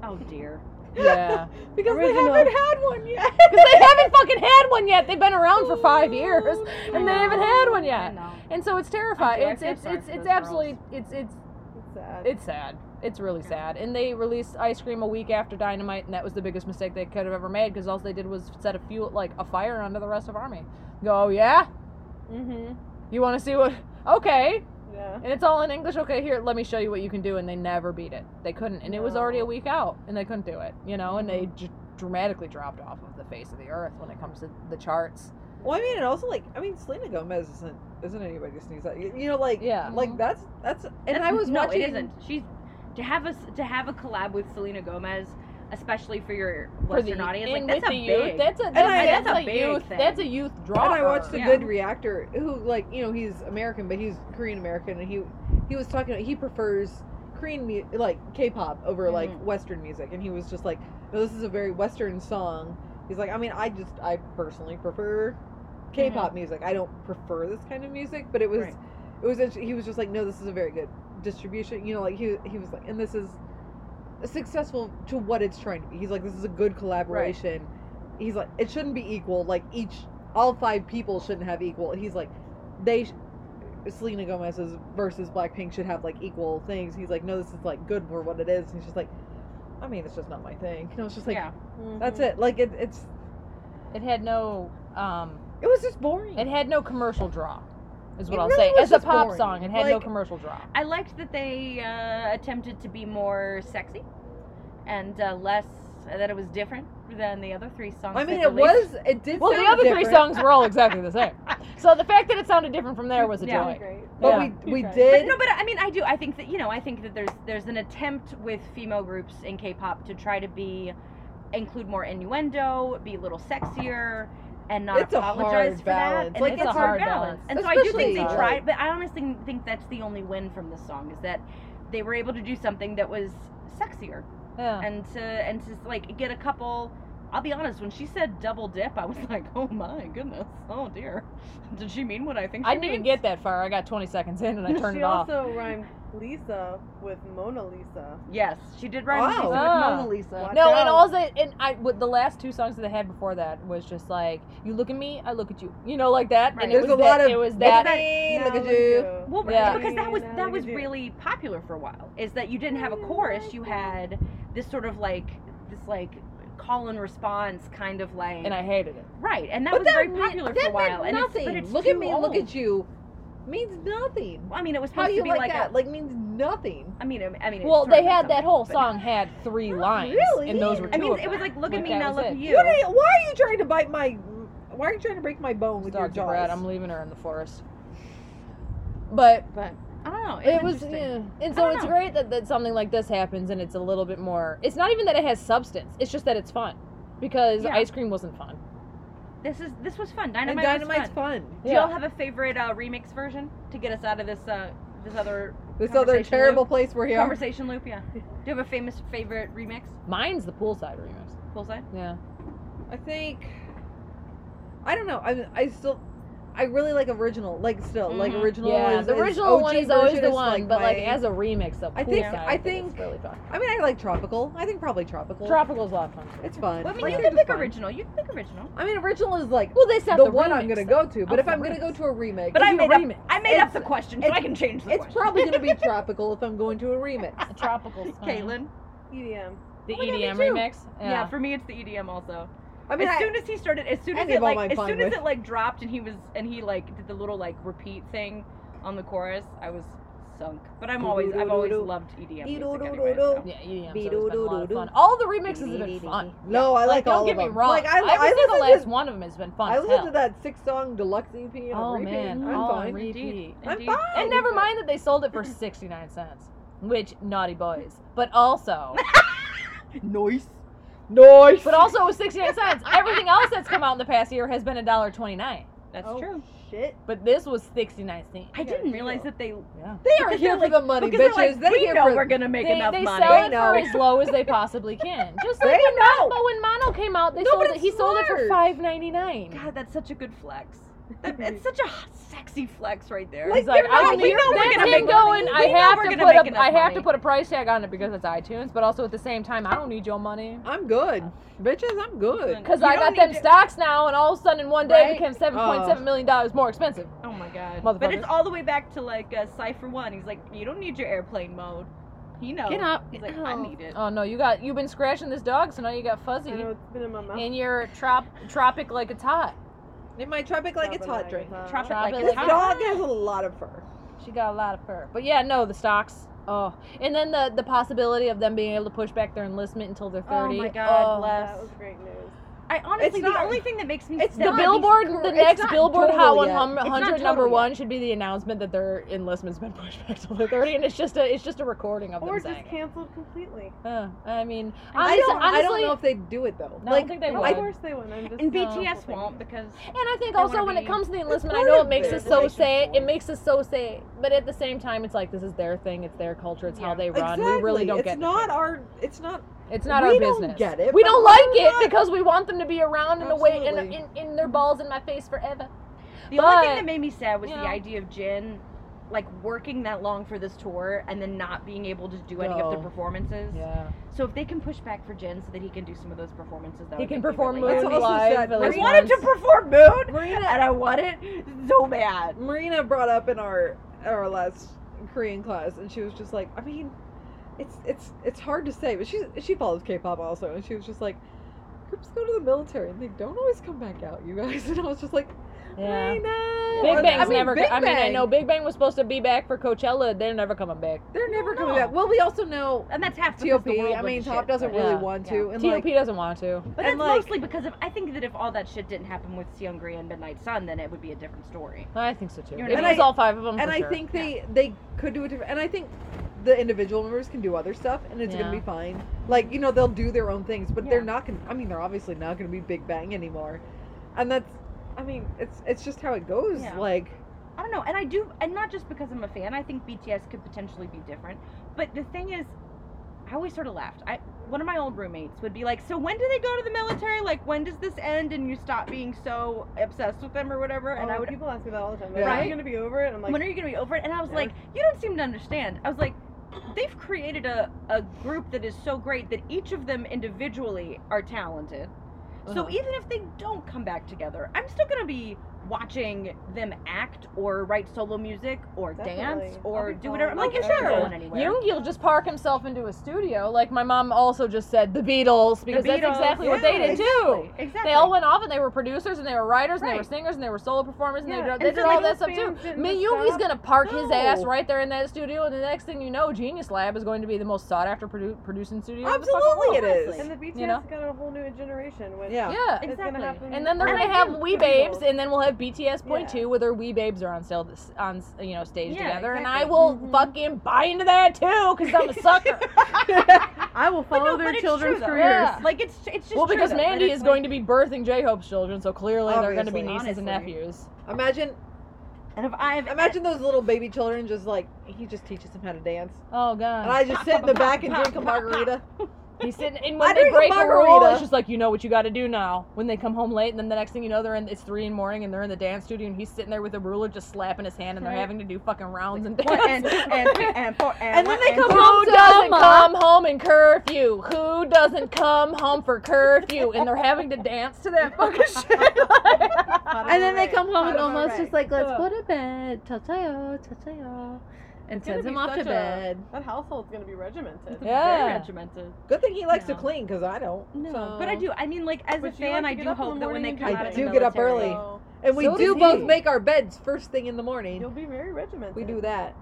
Speaker 6: Oh dear.
Speaker 3: Yeah,
Speaker 4: Because
Speaker 5: Original.
Speaker 4: they haven't had one yet.
Speaker 3: because they haven't fucking had one yet. They've been around for five years and they haven't had one
Speaker 6: I
Speaker 3: yet.
Speaker 6: know.
Speaker 3: And so it's
Speaker 6: I
Speaker 3: terrifying.
Speaker 6: do, I
Speaker 3: It's
Speaker 6: feel
Speaker 3: it's
Speaker 6: sorry
Speaker 3: it's
Speaker 6: for
Speaker 3: it's
Speaker 6: those
Speaker 3: absolutely it's it's
Speaker 5: It's sad.
Speaker 3: It's sad. It's really sad. And they released Ice Cream a week after Dynamite, and that was the biggest mistake they could have ever made because all they did was set a fuel like a fire under the rest of Army. Go, "Oh, yeah,
Speaker 5: Mm-hmm.
Speaker 3: you want to see what? Okay,
Speaker 5: Yeah.
Speaker 3: and it's all in English. Okay, here, let me show you what you can do. And they never beat it. They couldn't, and it was already a
Speaker 5: No.
Speaker 3: week out, and they couldn't do it. You know, and they j- dramatically dropped off of the face of the earth when it comes to the charts.
Speaker 4: Well, I mean, and also like, I mean, Selena Gomez isn't isn't anybody to sneeze at. You, you know, like
Speaker 3: Yeah.
Speaker 4: like that's that's. And
Speaker 6: That's-
Speaker 4: I was
Speaker 6: no,
Speaker 4: watching.
Speaker 6: it isn't. She's to have us to have a collab with Selena Gomez, especially for your
Speaker 3: For
Speaker 6: Western
Speaker 3: the-
Speaker 6: audience.
Speaker 3: and
Speaker 6: Like that's
Speaker 3: with
Speaker 6: a
Speaker 3: the
Speaker 6: big.
Speaker 3: youth, that's a that's,
Speaker 4: I-
Speaker 3: that's
Speaker 6: that's a
Speaker 3: a,
Speaker 6: big
Speaker 3: youth
Speaker 6: thing.
Speaker 3: that's a youth draw.
Speaker 4: And I watched a
Speaker 6: Yeah.
Speaker 4: good reactor who, like, you know, he's American, but he's Korean American, and he he was talking. He prefers Korean mu- like K-pop over
Speaker 6: Mhm.
Speaker 4: like Western music, and he was just like, no, "This is a very Western song." He's like, "I mean, I just I personally prefer K-pop music. I don't prefer this kind of music, but it was
Speaker 6: Mm-hmm. Right.
Speaker 4: it was int- he was just like, no, this is a very good distribution. You know, like he he was like, and this is successful to what it's trying to be. He's like, this is a good collaboration. He's like, it shouldn't be equal. Like each, all five people shouldn't have equal. He's like, they, sh- Selena Gomez's versus Blackpink should have like equal things. He's like, no, this is like good for what it is. And he's just like, I mean, it's just not my thing. You know, it's just like
Speaker 6: yeah,
Speaker 5: Mm-hmm.
Speaker 6: Mm-hmm.
Speaker 4: that's it. Like it, it's
Speaker 3: It had no um
Speaker 4: it was just boring.
Speaker 3: It had no commercial draw, is what
Speaker 4: It
Speaker 3: I'll
Speaker 4: really
Speaker 3: say.
Speaker 4: was
Speaker 3: As a
Speaker 4: just
Speaker 3: pop
Speaker 4: boring.
Speaker 3: song, it had no
Speaker 4: Like-
Speaker 3: commercial draw.
Speaker 6: I liked that they uh, attempted to be more sexy and uh, less that it was different than the other three songs.
Speaker 4: I mean,
Speaker 6: they've
Speaker 4: it
Speaker 6: released.
Speaker 4: was. It did.
Speaker 3: Well, the
Speaker 4: sound
Speaker 3: other three
Speaker 4: different,
Speaker 3: songs were all exactly the same. So the fact that it sounded different from there was a
Speaker 6: Yeah.
Speaker 3: joy.
Speaker 5: Great.
Speaker 4: but
Speaker 3: yeah.
Speaker 4: we we
Speaker 5: Okay.
Speaker 6: But
Speaker 4: did.
Speaker 6: no, but I mean, I do. I think that you know, I think that there's there's an attempt with female groups in K-pop to try to be include more innuendo, be a little sexier, and not
Speaker 4: It's a hard
Speaker 6: apologize for that.
Speaker 4: balance.
Speaker 6: And
Speaker 4: Like,
Speaker 6: it's,
Speaker 4: it's
Speaker 6: a hard balance. And so I do think they
Speaker 4: Especially,
Speaker 6: tried,
Speaker 4: like-
Speaker 6: but I honestly think that's the only win from this song is that they were able to do something that was sexier
Speaker 3: Yeah.
Speaker 6: and to and to like get a couple. I'll be honest. When she said double dip, I was like, "Oh my goodness! Oh dear! Did she mean what I think she
Speaker 3: I didn't even
Speaker 6: means?
Speaker 3: get that far. I got 20 seconds in and I turned
Speaker 5: she
Speaker 3: it off.
Speaker 5: also rhymed Lisa with Mona Lisa.
Speaker 6: Yes, she did rhyme
Speaker 4: Wow. Oh.
Speaker 6: Lisa with
Speaker 3: Ah.
Speaker 6: Mona Lisa.
Speaker 5: Watch
Speaker 3: No,
Speaker 5: out.
Speaker 3: and all that, and I, with the last two songs that they had before that was just like, you look at me, I look at you, you know, like that.
Speaker 6: Right.
Speaker 3: And it
Speaker 4: There's
Speaker 3: was
Speaker 4: a
Speaker 3: that,
Speaker 4: lot of
Speaker 3: it was
Speaker 4: look at
Speaker 3: that.
Speaker 4: me,
Speaker 5: Now
Speaker 4: look at
Speaker 5: look
Speaker 4: you.
Speaker 6: Well,
Speaker 3: Yeah.
Speaker 6: right, because that was
Speaker 5: Now
Speaker 6: that
Speaker 5: we
Speaker 6: was
Speaker 5: can do it.
Speaker 6: really popular for a while. Is that you didn't have a chorus, you had this sort of like this like call and response kind of like
Speaker 3: And I hated it.
Speaker 6: right, and that
Speaker 4: But
Speaker 6: was
Speaker 4: that
Speaker 6: very
Speaker 4: meant-
Speaker 6: popular for a
Speaker 4: that
Speaker 6: while.
Speaker 4: meant
Speaker 6: And it's,
Speaker 4: nothing.
Speaker 6: but it's
Speaker 4: look at
Speaker 6: too
Speaker 4: me,
Speaker 6: old.
Speaker 4: look at you, means nothing.
Speaker 6: I mean, it was
Speaker 4: How
Speaker 6: supposed
Speaker 4: do you
Speaker 6: to be
Speaker 4: like,
Speaker 6: like,
Speaker 4: that?
Speaker 6: a.
Speaker 4: Like means nothing.
Speaker 6: I mean, I I mean. it
Speaker 3: Well,
Speaker 6: sort of
Speaker 3: they
Speaker 6: meant
Speaker 3: had that
Speaker 6: something,
Speaker 3: whole
Speaker 6: but-
Speaker 3: song had three lines,
Speaker 4: really?
Speaker 3: and those were two
Speaker 6: I mean,
Speaker 3: of
Speaker 6: it was
Speaker 3: them.
Speaker 6: like look at
Speaker 3: Like,
Speaker 6: me
Speaker 3: that
Speaker 6: now,
Speaker 3: was
Speaker 6: look
Speaker 3: it.
Speaker 6: at you.
Speaker 4: What are you, why are you trying to bite my? Why are you trying to break my bone with your
Speaker 3: Dr.
Speaker 4: jaws?
Speaker 3: Brad, I'm leaving her in the forest. But
Speaker 6: But I don't know.
Speaker 3: it was,
Speaker 6: interesting.
Speaker 3: yeah. and
Speaker 6: I
Speaker 3: so
Speaker 6: don't
Speaker 3: it's
Speaker 6: know.
Speaker 3: great that, that something like this happens, and it's a little bit more. It's not even that it has substance; it's just that it's fun, because
Speaker 6: Yeah.
Speaker 3: ice cream wasn't fun.
Speaker 6: This is this was fun.
Speaker 4: and
Speaker 6: Dynamite was
Speaker 4: dynamite's
Speaker 6: fun.
Speaker 4: fun.
Speaker 6: Do y'all have a favorite uh, remix version to get us out of this uh, this other
Speaker 4: This other
Speaker 6: Conversation
Speaker 4: terrible
Speaker 6: loop.
Speaker 4: place where you are.
Speaker 6: conversation loop? Yeah. Do you have a famous favorite remix?
Speaker 3: Mine's the poolside remix.
Speaker 6: Bullseye.
Speaker 3: Yeah,
Speaker 4: I think. I don't know. I I still. I really like original, like still, like
Speaker 6: Mhm.
Speaker 4: original.
Speaker 3: Mm-hmm. yeah.
Speaker 4: is,
Speaker 3: the
Speaker 4: is
Speaker 3: original one
Speaker 4: OG
Speaker 3: is always
Speaker 4: version
Speaker 3: the
Speaker 4: is,
Speaker 3: one,
Speaker 4: like,
Speaker 3: but like
Speaker 4: my-
Speaker 3: as a remix, the
Speaker 4: I think-
Speaker 3: poolside,
Speaker 4: I
Speaker 3: it's
Speaker 4: think-
Speaker 3: really fun.
Speaker 4: I mean, I like tropical. I think probably tropical.
Speaker 3: Tropical's a lot of fun.
Speaker 4: it's fun.
Speaker 6: Well, I mean,
Speaker 4: Like,
Speaker 6: you
Speaker 4: they're just
Speaker 6: can pick
Speaker 4: fun.
Speaker 6: original. You can pick original.
Speaker 4: I mean, original is like
Speaker 3: Well, they set
Speaker 4: the,
Speaker 3: the
Speaker 4: one I'm
Speaker 3: remix,
Speaker 4: gonna
Speaker 3: though.
Speaker 4: go to. But
Speaker 3: Oh,
Speaker 4: if I'm
Speaker 3: the
Speaker 4: gonna go
Speaker 3: remix.
Speaker 4: to a remix,
Speaker 6: But I
Speaker 3: It's a
Speaker 6: made up.
Speaker 3: remix.
Speaker 6: I made up
Speaker 4: It's-
Speaker 6: the question, so
Speaker 4: it's-
Speaker 6: I can change the
Speaker 4: it's
Speaker 6: question.
Speaker 4: probably gonna be tropical if I'm going to a remix.
Speaker 3: The tropical's fun.
Speaker 6: Caitlin.
Speaker 5: EDM.
Speaker 3: The
Speaker 6: Oh my God, me
Speaker 3: EDM
Speaker 6: too.
Speaker 3: remix.
Speaker 6: Yeah. for me it's the EDM E also.
Speaker 4: I mean,
Speaker 6: as
Speaker 4: I,
Speaker 6: soon as he started, as soon
Speaker 4: I
Speaker 6: as
Speaker 4: have
Speaker 6: it
Speaker 4: all my
Speaker 6: like, as
Speaker 4: fun
Speaker 6: soon as
Speaker 4: with-
Speaker 6: it like dropped, and he was, and he like did the little like repeat thing on the chorus, I was sunk. But I'm always, I've always
Speaker 4: Do-do-do-do.
Speaker 6: loved EDM music
Speaker 4: Do-do-do-do-do.
Speaker 6: anyway. So.
Speaker 3: Yeah, E EDM's always been a lot of fun. All the remixes have been fun.
Speaker 4: no, I like,
Speaker 3: don't
Speaker 4: all
Speaker 3: get
Speaker 4: of
Speaker 3: me
Speaker 4: them.
Speaker 3: wrong.
Speaker 4: Like I,
Speaker 3: Every
Speaker 4: I
Speaker 3: single
Speaker 4: listen
Speaker 3: last
Speaker 4: to,
Speaker 3: one of them has been fun.
Speaker 4: I
Speaker 3: as
Speaker 4: listened
Speaker 3: hell.
Speaker 4: to that six-song deluxe
Speaker 5: E
Speaker 4: EP. On
Speaker 3: Oh
Speaker 4: repeat.
Speaker 3: man,
Speaker 4: I'm
Speaker 3: all on
Speaker 4: fine.
Speaker 3: repeat.
Speaker 4: I'm
Speaker 6: Indeed.
Speaker 4: fine.
Speaker 3: And never mind that they sold it for 69 cents, which naughty boys. But also,
Speaker 4: Noise. Noise.
Speaker 3: but also it was 69 cents. Everything else that's come out in the past year has been a dollar 29.
Speaker 6: That's
Speaker 4: oh,
Speaker 6: true.
Speaker 4: Shit.
Speaker 3: But this was 69 cents.
Speaker 6: I didn't realize that they
Speaker 3: Yeah.
Speaker 4: They are here for the money,
Speaker 6: because they're
Speaker 4: bitches.
Speaker 6: like,
Speaker 4: they
Speaker 6: we
Speaker 4: here
Speaker 6: know
Speaker 4: for
Speaker 6: we're gonna make
Speaker 3: They,
Speaker 6: enough
Speaker 3: they
Speaker 6: money.
Speaker 3: sell it
Speaker 4: They
Speaker 3: for
Speaker 4: know.
Speaker 3: as low as they possibly can. Just
Speaker 4: They
Speaker 3: like when,
Speaker 4: know.
Speaker 3: But when Mono came out, they
Speaker 4: No,
Speaker 3: sold
Speaker 4: but
Speaker 3: it. He
Speaker 4: it's
Speaker 3: sold it for
Speaker 4: smart.
Speaker 3: 5.99.
Speaker 6: God, that's such a good flex. That, it's such a hot, sexy flex right there.
Speaker 4: Like,
Speaker 3: He's like,
Speaker 4: they're
Speaker 3: I
Speaker 4: not-
Speaker 3: don't
Speaker 4: we
Speaker 3: need
Speaker 4: know we're
Speaker 3: that's
Speaker 6: gonna
Speaker 3: him
Speaker 6: make
Speaker 3: going.
Speaker 6: money.
Speaker 3: I
Speaker 6: We know
Speaker 3: have
Speaker 6: we're
Speaker 3: to
Speaker 6: gonna
Speaker 3: put
Speaker 6: make
Speaker 3: a,
Speaker 6: enough
Speaker 3: I have
Speaker 6: money.
Speaker 3: to put a price tag on it because it's iTunes. But also at the same time, I don't need your money.
Speaker 4: I'm good, bitches. I'm good.
Speaker 3: Because
Speaker 6: Uh, You
Speaker 3: I got
Speaker 6: don't
Speaker 3: them
Speaker 6: need to-
Speaker 3: stocks now, and all of a sudden, in one day,
Speaker 4: Right?
Speaker 3: it became seven point seven million dollars more expensive.
Speaker 6: oh my god. But
Speaker 3: Motherfuckers.
Speaker 6: it's all the way back to like uh, Cipher One. He's like, you don't need your airplane mode. He knows.
Speaker 3: Get out!
Speaker 6: He's like, I need it.
Speaker 3: Oh no, you got you've been scratching this dog, so now you got fuzzy,
Speaker 5: I know it's been in my mouth.
Speaker 3: and you're trop tropic like it's hot.
Speaker 4: In my tropic like it's hot drink.
Speaker 6: Tropic
Speaker 3: Tropic
Speaker 6: like
Speaker 4: This
Speaker 3: like
Speaker 6: it's
Speaker 3: hot.
Speaker 6: hot.
Speaker 4: dog has a lot of fur.
Speaker 3: She got a lot of fur, but yeah, no, the stocks. Oh, and then the the possibility of them being able to push back their enlistment until they're
Speaker 6: Oh
Speaker 3: thirty.
Speaker 6: my god,
Speaker 3: Oh.
Speaker 5: That
Speaker 6: bless.
Speaker 5: was great news.
Speaker 6: I honestly,
Speaker 4: not-
Speaker 6: the only thing that makes me
Speaker 4: it's
Speaker 6: sad
Speaker 3: The
Speaker 4: not-
Speaker 3: billboard,
Speaker 4: these
Speaker 3: the
Speaker 4: girls-
Speaker 3: next
Speaker 4: it's not
Speaker 3: billboard hot
Speaker 4: total
Speaker 3: one
Speaker 4: yet.
Speaker 3: hum-
Speaker 6: It's not
Speaker 3: hundred
Speaker 6: total
Speaker 3: number
Speaker 6: yet.
Speaker 3: one should be the announcement that their enlistment's been pushed back till they're thirty, and it's just a it's just a recording of them
Speaker 5: Or
Speaker 3: saying.
Speaker 5: just canceled completely.
Speaker 3: it. Uh, I mean, honestly-
Speaker 4: I don't. I don't
Speaker 3: honestly-
Speaker 4: know if they do it though.
Speaker 3: No, I
Speaker 4: like
Speaker 3: don't think they
Speaker 5: of
Speaker 3: would.
Speaker 5: course they wouldn't. I'm just
Speaker 6: and
Speaker 5: no.
Speaker 6: BTS won't because
Speaker 3: And I think
Speaker 6: They
Speaker 3: also
Speaker 6: wanna
Speaker 3: when it
Speaker 6: be-
Speaker 3: comes to the enlistment, I
Speaker 4: part
Speaker 3: know
Speaker 4: of
Speaker 3: it makes
Speaker 4: their
Speaker 3: us so
Speaker 6: relationship.
Speaker 3: sad. It makes us so sad. But at the same time, it's like this is their thing. It's their culture. It's how
Speaker 6: Yeah.
Speaker 3: they run.
Speaker 4: exactly.
Speaker 3: We really don't
Speaker 4: it's
Speaker 3: get. in the
Speaker 4: not
Speaker 3: shit.
Speaker 4: our. It's not.
Speaker 3: It's not
Speaker 4: we
Speaker 3: our
Speaker 4: don't
Speaker 3: business.
Speaker 4: get it,
Speaker 3: We
Speaker 4: but
Speaker 3: don't
Speaker 4: we're
Speaker 3: like it
Speaker 4: not.
Speaker 3: because we want them to be around in a way
Speaker 4: Absolutely.
Speaker 3: in, in in their balls in my face forever.
Speaker 6: the only
Speaker 3: But-
Speaker 6: thing that made me sad was
Speaker 3: you
Speaker 6: the
Speaker 3: know.
Speaker 6: idea of Jin like working that long for this tour and then not being able to do any of the
Speaker 3: No.
Speaker 6: performances.
Speaker 3: Yeah,
Speaker 6: So if they can push back for Jin so that he can do some of those performances, that
Speaker 3: he
Speaker 6: would
Speaker 3: can
Speaker 6: make me
Speaker 3: perform
Speaker 6: really
Speaker 3: Moon
Speaker 4: That's also
Speaker 3: live.
Speaker 4: sad.
Speaker 3: at
Speaker 4: I
Speaker 6: I
Speaker 3: least
Speaker 6: wanted to
Speaker 3: once.
Speaker 6: perform Moon,
Speaker 4: Marina.
Speaker 6: and I want it so bad.
Speaker 4: Marina brought up in our our last Korean class, and she was just like, I mean, it's it's it's hard to say, but she she follows K-pop also, and she was just like, groups go to the military and they don't always come back out, you guys. And I was just like,
Speaker 3: Yeah.
Speaker 4: Marina.
Speaker 3: Big Bang's
Speaker 4: I mean,
Speaker 3: never.
Speaker 4: Big
Speaker 3: I mean, I
Speaker 4: Bang,
Speaker 3: know Big Bang was supposed to be back for Coachella. They're never coming back.
Speaker 4: they're never coming
Speaker 6: know.
Speaker 4: back. Well, we also know
Speaker 6: And that's half because
Speaker 4: TOP.
Speaker 6: the world
Speaker 4: I
Speaker 6: went
Speaker 4: mean,
Speaker 6: to
Speaker 4: Top
Speaker 6: shit,
Speaker 4: doesn't
Speaker 6: but-
Speaker 4: really
Speaker 3: yeah,
Speaker 4: want
Speaker 6: yeah.
Speaker 4: to, and
Speaker 3: TOP
Speaker 4: like,
Speaker 3: doesn't want to.
Speaker 6: But that's
Speaker 4: and, like-
Speaker 6: mostly because of I think that if all that shit didn't happen with Seungri and Midnight Sun, then it would be a different story.
Speaker 3: I think so too.
Speaker 6: You know
Speaker 3: If
Speaker 6: what
Speaker 3: it
Speaker 6: I
Speaker 4: mean?
Speaker 3: was all five
Speaker 6: Oh,
Speaker 3: of them,
Speaker 4: and I think they they could do a different. And I think the individual members can do other stuff, and it's gonna
Speaker 3: Yeah.
Speaker 4: be fine. Like you know, they'll do their own things, but they're
Speaker 6: Yeah.
Speaker 4: not gonna. I mean, they're obviously not gonna be Big Bang anymore, and that's. I mean, it's it's just how it goes.
Speaker 6: Yeah.
Speaker 4: Like
Speaker 6: I don't know, and I do, and not just because I'm a fan. I think BTS could potentially be different. But the thing is, I always sort of laughed. I one of my old roommates would be like, "So when do they go to the military? Like when does this end and you stop being so obsessed with them or whatever?" And I would,
Speaker 5: people ask me that all the time.
Speaker 4: Yeah.
Speaker 5: Like, Are
Speaker 6: Oh. Right.
Speaker 5: you gonna be over it? I'm like,
Speaker 6: "When are you gonna be over it?" And I was
Speaker 5: Yeah.
Speaker 6: like, "You don't seem to understand." I was like. They've created a, a group that is so great that each of them individually are talented. So
Speaker 3: Uh-huh.
Speaker 6: even if they don't come back together, I'm still gonna be watching them act or write solo music or dance
Speaker 5: Definitely. I'll
Speaker 6: or
Speaker 5: be
Speaker 6: do whatever. I'm
Speaker 5: following
Speaker 6: like, it's
Speaker 5: them
Speaker 6: not
Speaker 5: everywhere.
Speaker 6: going anywhere.
Speaker 3: Yoongi will just park himself into a studio, like my mom also just said, the Beatles, because that's
Speaker 6: Beatles,
Speaker 3: exactly what
Speaker 6: yeah,
Speaker 3: they did
Speaker 6: exactly,
Speaker 3: too.
Speaker 6: Exactly.
Speaker 3: They all went off and they were producers and they were writers and they were
Speaker 6: Right.
Speaker 3: singers and they were solo performers and they,
Speaker 5: Yeah,
Speaker 3: did-
Speaker 5: and
Speaker 3: they
Speaker 5: so
Speaker 3: did all
Speaker 5: they
Speaker 3: that stuff too.
Speaker 5: didn't
Speaker 3: I
Speaker 5: fans
Speaker 3: mean,
Speaker 5: didn't
Speaker 3: Yoongi's
Speaker 5: stop?
Speaker 3: gonna park his ass
Speaker 4: No.
Speaker 3: right there in that studio, and the next thing you know, Genius Lab is going to be the most sought after produ- producing studio. in the fucking
Speaker 4: absolutely, it
Speaker 3: world.
Speaker 4: is.
Speaker 5: And the BTS
Speaker 3: You know?
Speaker 5: got a whole new generation. Which
Speaker 4: yeah.
Speaker 3: Yeah.
Speaker 5: It's
Speaker 6: Exactly.
Speaker 5: gonna happen.
Speaker 3: And then they're
Speaker 5: And
Speaker 3: gonna
Speaker 5: I
Speaker 3: have
Speaker 5: do
Speaker 3: Wee
Speaker 5: Beatles.
Speaker 3: Babes, and then we'll have BTS Point
Speaker 5: Yeah.
Speaker 3: Two, where their Wee Babes are on sale this, on s- you know stage
Speaker 6: Yeah,
Speaker 3: together, and I
Speaker 6: exactly.
Speaker 3: will fucking buy into that too, because I'm a sucker.
Speaker 5: I will
Speaker 6: But no,
Speaker 5: follow
Speaker 6: but
Speaker 5: their
Speaker 6: it's
Speaker 5: children's
Speaker 6: true, though.
Speaker 5: careers.
Speaker 3: Yeah.
Speaker 6: Like it's it's just
Speaker 3: well,
Speaker 6: true,
Speaker 3: because
Speaker 6: though,
Speaker 3: Mandy
Speaker 6: that
Speaker 3: is
Speaker 6: it's
Speaker 3: going to be birthing J Hope's children, so clearly they're going to be
Speaker 4: Obviously.
Speaker 3: nieces and
Speaker 6: Honestly.
Speaker 3: nephews.
Speaker 4: Imagine
Speaker 6: like- And if I've
Speaker 4: imagine those little baby children just like he just teaches them how to dance,
Speaker 3: Oh
Speaker 6: Uh,
Speaker 4: and
Speaker 3: god,
Speaker 4: I just sit in the back and drink a margarita.
Speaker 3: he's sitting. And
Speaker 4: I
Speaker 3: when they
Speaker 4: drink a
Speaker 3: break a rule,
Speaker 4: margarita.
Speaker 3: it's just like you know what you got to do now. When they come home late, and then the next thing you know, they're in. It's three in the morning, and they're in the dance studio, and he's sitting there with a ruler, just slapping his hand, and they're
Speaker 6: Right.
Speaker 3: having to do fucking rounds and
Speaker 6: one and
Speaker 3: dance.
Speaker 6: two and three and four and
Speaker 4: And then
Speaker 6: one
Speaker 4: they come
Speaker 6: two.
Speaker 3: Who
Speaker 4: home.
Speaker 3: doesn't come home in curfew? Who doesn't come home for curfew? And they're having to dance to that fucking shit.
Speaker 5: Bottom
Speaker 4: And then they
Speaker 5: right,
Speaker 4: come home and
Speaker 5: bottom
Speaker 4: almost
Speaker 5: right.
Speaker 4: just like
Speaker 3: let's go
Speaker 4: to bed.
Speaker 8: and
Speaker 5: It's gonna
Speaker 8: sends him
Speaker 5: be
Speaker 8: off to
Speaker 5: such a-
Speaker 8: bed.
Speaker 5: That household's gonna be regimented.
Speaker 3: Yeah.
Speaker 6: Very regimented.
Speaker 4: Good thing he likes
Speaker 6: No.
Speaker 4: to clean because I don't.
Speaker 6: No,
Speaker 8: So-
Speaker 6: but I do. I mean, like as a
Speaker 5: But you
Speaker 6: fan,
Speaker 5: like to
Speaker 6: I
Speaker 5: get
Speaker 6: do
Speaker 5: up in
Speaker 6: hope
Speaker 5: the
Speaker 6: that when they come
Speaker 5: morning and do
Speaker 6: out of
Speaker 4: that.
Speaker 6: the
Speaker 4: I do get up
Speaker 6: military-
Speaker 4: early.
Speaker 5: So
Speaker 4: And we
Speaker 3: So
Speaker 4: do
Speaker 3: does
Speaker 4: both
Speaker 3: he.
Speaker 4: make our beds first thing in the morning.
Speaker 5: you'll be very regimented.
Speaker 4: We do that.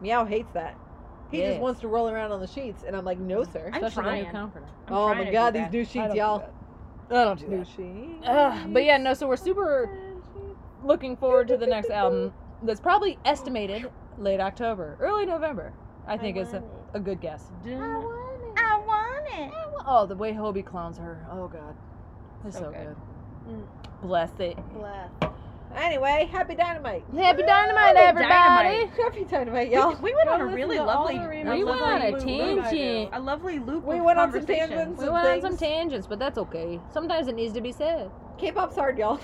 Speaker 4: Meow hates that. He
Speaker 3: Yes.
Speaker 4: just wants to roll around on the sheets, and I'm like, no, sir.
Speaker 6: I'm
Speaker 3: Especially the new
Speaker 6: trying.
Speaker 3: comforter.
Speaker 6: I'm
Speaker 4: oh
Speaker 6: trying
Speaker 4: my
Speaker 6: to do
Speaker 4: god,
Speaker 6: that.
Speaker 4: these new
Speaker 3: I don't
Speaker 4: sheets,
Speaker 3: do
Speaker 4: y'all.
Speaker 3: that. I don't do
Speaker 4: New
Speaker 3: that.
Speaker 4: sheets.
Speaker 3: Ugh, but yeah, no. So we're super looking forward to the next album. That's probably estimated late October, early November.
Speaker 5: Oh,
Speaker 3: I think is a, a good guess.
Speaker 6: I
Speaker 3: Oh, the way Hobie clowns her. Oh God, it's so,
Speaker 6: So
Speaker 3: good.
Speaker 6: good.
Speaker 5: Mm.
Speaker 3: Bless it.
Speaker 5: Bless.
Speaker 4: Anyway, happy dynamite.
Speaker 3: Happy dynamite,
Speaker 6: Happy
Speaker 3: everybody!
Speaker 6: Dynamite.
Speaker 4: Happy dynamite,
Speaker 6: We,
Speaker 4: y'all.
Speaker 6: we went
Speaker 5: Go
Speaker 6: on a
Speaker 5: listen
Speaker 6: really
Speaker 5: to all
Speaker 6: lovely,
Speaker 5: the
Speaker 6: a
Speaker 5: remakes.
Speaker 3: We
Speaker 6: lovely
Speaker 3: went on a
Speaker 6: loop,
Speaker 3: tangent.
Speaker 6: a lovely loop.
Speaker 4: We
Speaker 6: of
Speaker 4: went on some
Speaker 6: conversations.
Speaker 4: tangents.
Speaker 3: We went on some tangents, but that's okay. Sometimes it needs to be said.
Speaker 4: K-pop's hard, y'all.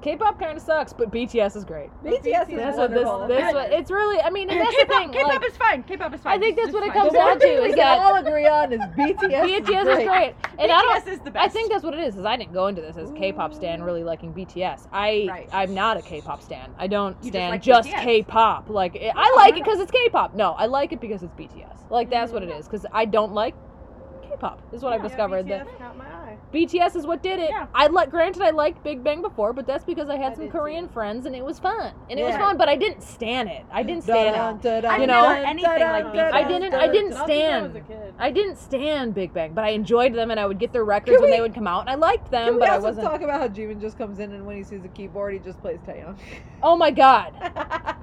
Speaker 3: K-pop kind of sucks, but BTS is great.
Speaker 4: BTS is
Speaker 3: That's what this.
Speaker 4: wonderful.
Speaker 3: This what it's really. I mean, and that's the thing.
Speaker 6: K-pop, K-pop
Speaker 3: like,
Speaker 6: is fine. K-pop is fine.
Speaker 3: I think that's
Speaker 6: It's
Speaker 3: what it
Speaker 6: fine.
Speaker 3: comes
Speaker 4: The one
Speaker 3: down
Speaker 4: thing
Speaker 3: to
Speaker 4: we
Speaker 3: is
Speaker 4: can
Speaker 3: that
Speaker 4: all agree on is BTS.
Speaker 3: BTS is great, and I don't.
Speaker 6: BTS is the best.
Speaker 3: I think that's what it is. Is I didn't go into this as a K-pop stan really liking BTS. I
Speaker 6: Right.
Speaker 3: I'm not a K-pop stan. I don't
Speaker 6: You just
Speaker 3: stand
Speaker 6: like
Speaker 3: just,
Speaker 6: BTS.
Speaker 3: K-pop. Like it, I
Speaker 6: No,
Speaker 3: like
Speaker 6: no,
Speaker 3: it
Speaker 6: no.
Speaker 3: because it's K-pop. No, I like it because it's BTS. Like that's what it
Speaker 4: Mm.
Speaker 3: is. Because I don't like K-pop. Is what I've discovered.
Speaker 5: yeah,
Speaker 3: That
Speaker 5: BTS caught my eye.
Speaker 3: BTS is what did it.
Speaker 6: Yeah.
Speaker 3: I like. Granted, I liked Big Bang before, but that's because I had
Speaker 4: I
Speaker 3: some
Speaker 4: did too.
Speaker 3: Korean friends and it was fun. And it was
Speaker 4: Yeah.
Speaker 3: fun, but I didn't stan it. I didn't stand it.
Speaker 6: I've
Speaker 3: You know,
Speaker 6: never anything like BTS.
Speaker 3: I didn't- I didn't
Speaker 5: Not since I was
Speaker 3: stand.
Speaker 5: a kid.
Speaker 3: I didn't stand Big Bang, but I enjoyed them, and I would get their records when
Speaker 4: we-
Speaker 3: they would come out, and I liked
Speaker 4: Can
Speaker 3: them,
Speaker 4: we
Speaker 3: but I
Speaker 4: also
Speaker 3: wasn't.
Speaker 4: talk about how Jimin just comes in and when he sees a keyboard, he just plays Taeyong?
Speaker 3: Oh my God,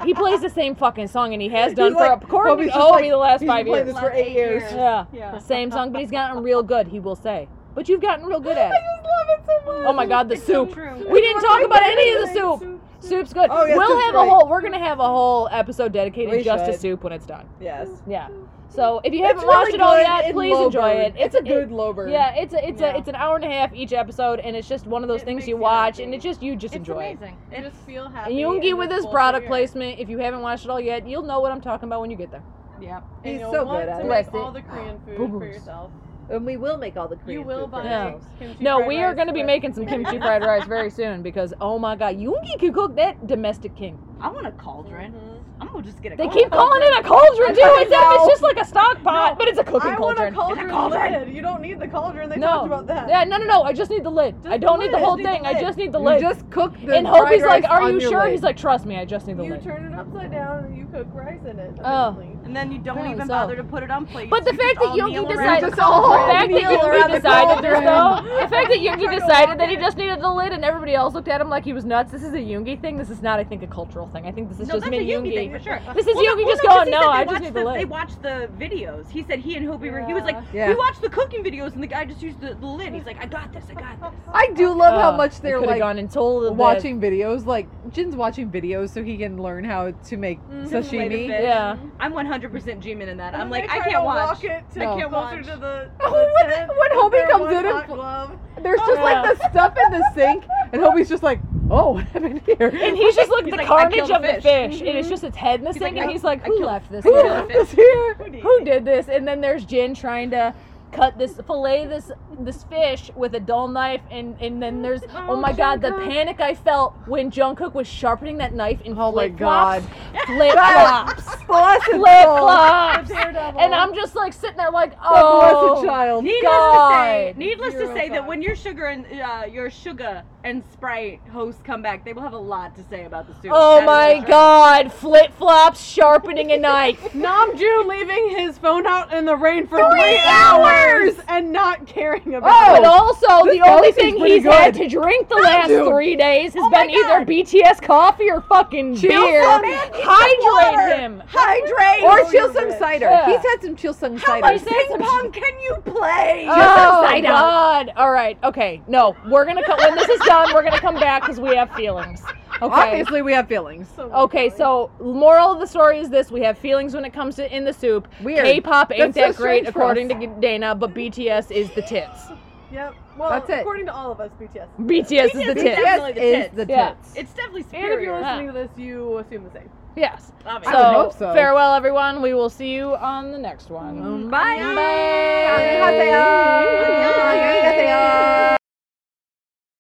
Speaker 3: he plays the same fucking song, and he has
Speaker 4: He's
Speaker 3: done for
Speaker 4: like,
Speaker 3: a according
Speaker 4: Bobby's
Speaker 3: to
Speaker 4: just
Speaker 3: Obi
Speaker 4: like,
Speaker 3: the last
Speaker 4: He's
Speaker 3: five
Speaker 4: been playing
Speaker 3: years.
Speaker 4: this for eight years.
Speaker 3: Yeah,
Speaker 5: Yeah.
Speaker 3: same song, but he's gotten real good. He will say, but you've gotten real good at it.
Speaker 4: just love it so much.
Speaker 3: Oh my God, the
Speaker 6: It's so
Speaker 3: soup.
Speaker 6: true.
Speaker 3: We didn't talk about any of the soup. Soup's good.
Speaker 4: Oh, yeah,
Speaker 3: we'll
Speaker 4: soup's
Speaker 3: have a
Speaker 4: great.
Speaker 3: whole. We're gonna have a whole episode dedicated
Speaker 4: We
Speaker 3: just to
Speaker 4: should.
Speaker 3: soup when it's done.
Speaker 4: Yes.
Speaker 3: Yeah. So if you
Speaker 4: It's
Speaker 3: haven't watched
Speaker 4: really
Speaker 3: it all
Speaker 4: good
Speaker 3: yet,
Speaker 4: and
Speaker 3: please
Speaker 4: low
Speaker 3: enjoy
Speaker 4: burn.
Speaker 3: it.
Speaker 4: It's a
Speaker 3: it-
Speaker 4: good low burn.
Speaker 3: Yeah, it's a, it's
Speaker 5: Yeah.
Speaker 3: a, it's an hour and a half each episode, and it's just one of those
Speaker 5: It
Speaker 3: things
Speaker 5: makes
Speaker 3: you
Speaker 5: you
Speaker 3: watch,
Speaker 5: happy.
Speaker 3: and it just you just
Speaker 6: It's
Speaker 3: enjoy it.
Speaker 6: amazing.
Speaker 5: You just feel happy.
Speaker 3: And you can get
Speaker 5: and
Speaker 3: with
Speaker 5: it's
Speaker 3: this
Speaker 5: full
Speaker 3: product
Speaker 5: figure.
Speaker 3: placement if you haven't watched it all yet. You'll know what I'm talking about when you get there.
Speaker 6: Yep.
Speaker 5: And
Speaker 4: He's
Speaker 5: you'll
Speaker 4: so
Speaker 5: want
Speaker 4: good at
Speaker 5: to
Speaker 3: it.
Speaker 5: make
Speaker 3: Bless
Speaker 5: all
Speaker 3: it.
Speaker 5: the Korean food for
Speaker 3: Boo-boos.
Speaker 5: yourself.
Speaker 4: And we will make all the Korean
Speaker 5: You will
Speaker 4: food for
Speaker 5: buy
Speaker 3: Yeah.
Speaker 4: ourselves.
Speaker 5: kimchi
Speaker 3: no,
Speaker 5: fried
Speaker 3: we are
Speaker 5: rice
Speaker 3: going to be
Speaker 5: with-
Speaker 3: making some kimchi fried rice very soon because oh my god, Yoongi can cook that domestic king.
Speaker 6: I want a cauldron.
Speaker 5: Mhm.
Speaker 6: I'm gonna just get a.
Speaker 3: They
Speaker 6: cauldron.
Speaker 3: keep calling it a cauldron too. It's, it's just like a stock pot,
Speaker 5: No,
Speaker 3: but it's a cooking
Speaker 5: I want a
Speaker 3: cauldron.
Speaker 5: cauldron,
Speaker 6: cauldron.
Speaker 5: lid. You don't need the cauldron. They
Speaker 3: no,
Speaker 5: talked about that.
Speaker 3: yeah, no, no, no. I just need the lid.
Speaker 5: Just
Speaker 3: I don't
Speaker 5: the
Speaker 3: need
Speaker 5: lid.
Speaker 3: the whole
Speaker 5: Just need
Speaker 3: thing.
Speaker 5: the
Speaker 3: I
Speaker 5: lid.
Speaker 3: just need the
Speaker 4: You
Speaker 3: lid.
Speaker 4: just cook the
Speaker 3: and Hope
Speaker 4: fried
Speaker 3: he's like,
Speaker 4: rice
Speaker 3: "Are
Speaker 4: on
Speaker 3: you
Speaker 4: your
Speaker 3: sure?"
Speaker 4: lid.
Speaker 3: He's like, "Trust me, I just need the
Speaker 5: You
Speaker 3: lid."
Speaker 5: turn it upside down and you cook rice in it.
Speaker 3: Oh.
Speaker 5: apparently.
Speaker 6: And then you don't
Speaker 3: Yeah,
Speaker 6: even
Speaker 3: so-
Speaker 6: bother to put it on plates.
Speaker 3: But the
Speaker 6: You
Speaker 3: fact
Speaker 6: just
Speaker 3: that
Speaker 6: all kneel
Speaker 3: Yoongi
Speaker 6: around.
Speaker 3: decided,
Speaker 4: Just all
Speaker 3: the fact that
Speaker 4: kneel around
Speaker 3: Yoongi
Speaker 4: the
Speaker 3: decided this
Speaker 4: cauldron.
Speaker 3: though, the fact that Yoongi decided that he just needed the lid, and everybody else looked at him like he was nuts. This is a Yoongi thing. This is not, I think, a cultural thing. I think this is
Speaker 6: no,
Speaker 3: just
Speaker 6: that's
Speaker 3: me
Speaker 6: a
Speaker 3: and
Speaker 6: Yoongi thing
Speaker 3: Yoongi.
Speaker 6: for sure.
Speaker 3: This is Yoongi just
Speaker 6: no, 'cause
Speaker 3: going,
Speaker 6: he
Speaker 3: "No,
Speaker 6: said they
Speaker 3: I just
Speaker 6: watched
Speaker 3: need
Speaker 6: the,
Speaker 3: the
Speaker 6: They
Speaker 3: lid."
Speaker 6: watched the videos. He said he and Hobie were. He was like,
Speaker 4: Yeah.
Speaker 6: we watched the cooking videos, and the guy just used the, the lid. He's like, I got this. I got this.
Speaker 4: I do love
Speaker 3: Uh,
Speaker 4: how much
Speaker 3: they
Speaker 4: they're
Speaker 3: coulda
Speaker 4: like
Speaker 3: gone and told the-
Speaker 4: watching videos. Like Jin's watching videos so he can learn how to make
Speaker 5: Mm-hmm.
Speaker 6: Way to
Speaker 4: sashimi.
Speaker 6: fit.
Speaker 3: Yeah.
Speaker 6: I'm 100% Jimin in that.
Speaker 5: And
Speaker 6: I'm
Speaker 5: then
Speaker 6: like,
Speaker 5: they
Speaker 6: I
Speaker 5: try
Speaker 6: can't
Speaker 5: to
Speaker 6: watch.
Speaker 5: Walk it to,
Speaker 4: No.
Speaker 5: I can't walk her to the.
Speaker 4: Oh,
Speaker 5: the
Speaker 4: when-
Speaker 5: tent
Speaker 4: when Hobie
Speaker 5: with their
Speaker 4: comes
Speaker 5: one
Speaker 4: in and
Speaker 5: hot
Speaker 4: fl-
Speaker 5: glove.
Speaker 4: There's just like the stuff in the sink, and Hobie's just like, "Oh, what happened here?"
Speaker 3: And he's just like the
Speaker 6: like, "I
Speaker 3: carnage
Speaker 6: killed a
Speaker 3: of the
Speaker 6: fish." Mm-hmm.
Speaker 3: fish, and it's just its head in the
Speaker 6: He's like,
Speaker 3: sink, and
Speaker 6: "I-
Speaker 3: he's like,
Speaker 6: I
Speaker 3: "Who
Speaker 6: killed-
Speaker 3: left this?
Speaker 4: Who
Speaker 3: here?
Speaker 4: left this here?
Speaker 3: Who did this?" And then there's Jin trying to. Cut this fillet this this fish with a dull knife and and then there's oh, my god the panic I felt when Jungkook was sharpening that knife in
Speaker 4: Oh my
Speaker 3: flip flops,
Speaker 4: god.
Speaker 3: flip flops
Speaker 4: Bless his
Speaker 3: flip
Speaker 4: soul.
Speaker 3: flops. And I'm just like sitting there like,
Speaker 4: Oh,
Speaker 3: oh,
Speaker 4: blessed child.
Speaker 6: Needless to say,
Speaker 3: God.
Speaker 6: needless to
Speaker 5: Zero
Speaker 6: say that
Speaker 5: thoughts.
Speaker 6: when your sugar and uh, your sugar and Sprite hosts come back, they will have a lot to say about the soup.
Speaker 3: Oh
Speaker 6: That is
Speaker 3: my
Speaker 6: for sure.
Speaker 3: God! Flip flops, sharpening a knife.
Speaker 5: Namju leaving his phone out in the rain for three, hours and not caring about
Speaker 3: But
Speaker 5: it.
Speaker 3: also,
Speaker 4: Oh, this
Speaker 3: the only
Speaker 4: coffee's
Speaker 3: thing
Speaker 4: pretty
Speaker 3: he's had to
Speaker 4: good.
Speaker 3: drink the last
Speaker 4: Dude.
Speaker 3: three days has been either BTS coffee or fucking beer.
Speaker 4: Chilsung, man, get some water.
Speaker 3: Hydrate him.
Speaker 4: hydrate or Chilsung
Speaker 5: rich.
Speaker 4: cider.
Speaker 3: Yeah.
Speaker 4: He's had some Chilsung cider.
Speaker 3: much ping pong
Speaker 4: can you play?
Speaker 3: Oh God! All right, okay. No, we're gonna co- when this is done, we're gonna come back because we have feelings. Okay.
Speaker 4: Obviously, we have feelings.
Speaker 5: So
Speaker 3: Okay,
Speaker 5: silly.
Speaker 3: so moral of the story is this: we have feelings when it comes to in the soup.
Speaker 4: Weird.
Speaker 3: K-pop ain't
Speaker 4: That's so
Speaker 3: that great,
Speaker 4: strange for
Speaker 3: according
Speaker 4: us.
Speaker 3: to Dana, but BTS is the tits.
Speaker 5: Yep. Well,
Speaker 4: That's it.
Speaker 5: according to all of us, BTS.
Speaker 3: BTS is the tits.
Speaker 4: BTS
Speaker 6: the
Speaker 4: is
Speaker 6: tits.
Speaker 4: the
Speaker 3: Yeah.
Speaker 4: tits.
Speaker 6: It's definitely
Speaker 5: And if you're
Speaker 6: superior.
Speaker 5: listening to this, you assume the same.
Speaker 3: Yes.
Speaker 6: obviously.
Speaker 4: I would
Speaker 3: So,
Speaker 4: hope so.
Speaker 3: farewell, everyone. We will see you on the next one.
Speaker 4: Bye.
Speaker 3: Bye.
Speaker 4: 안녕하세요. 안녕하세요.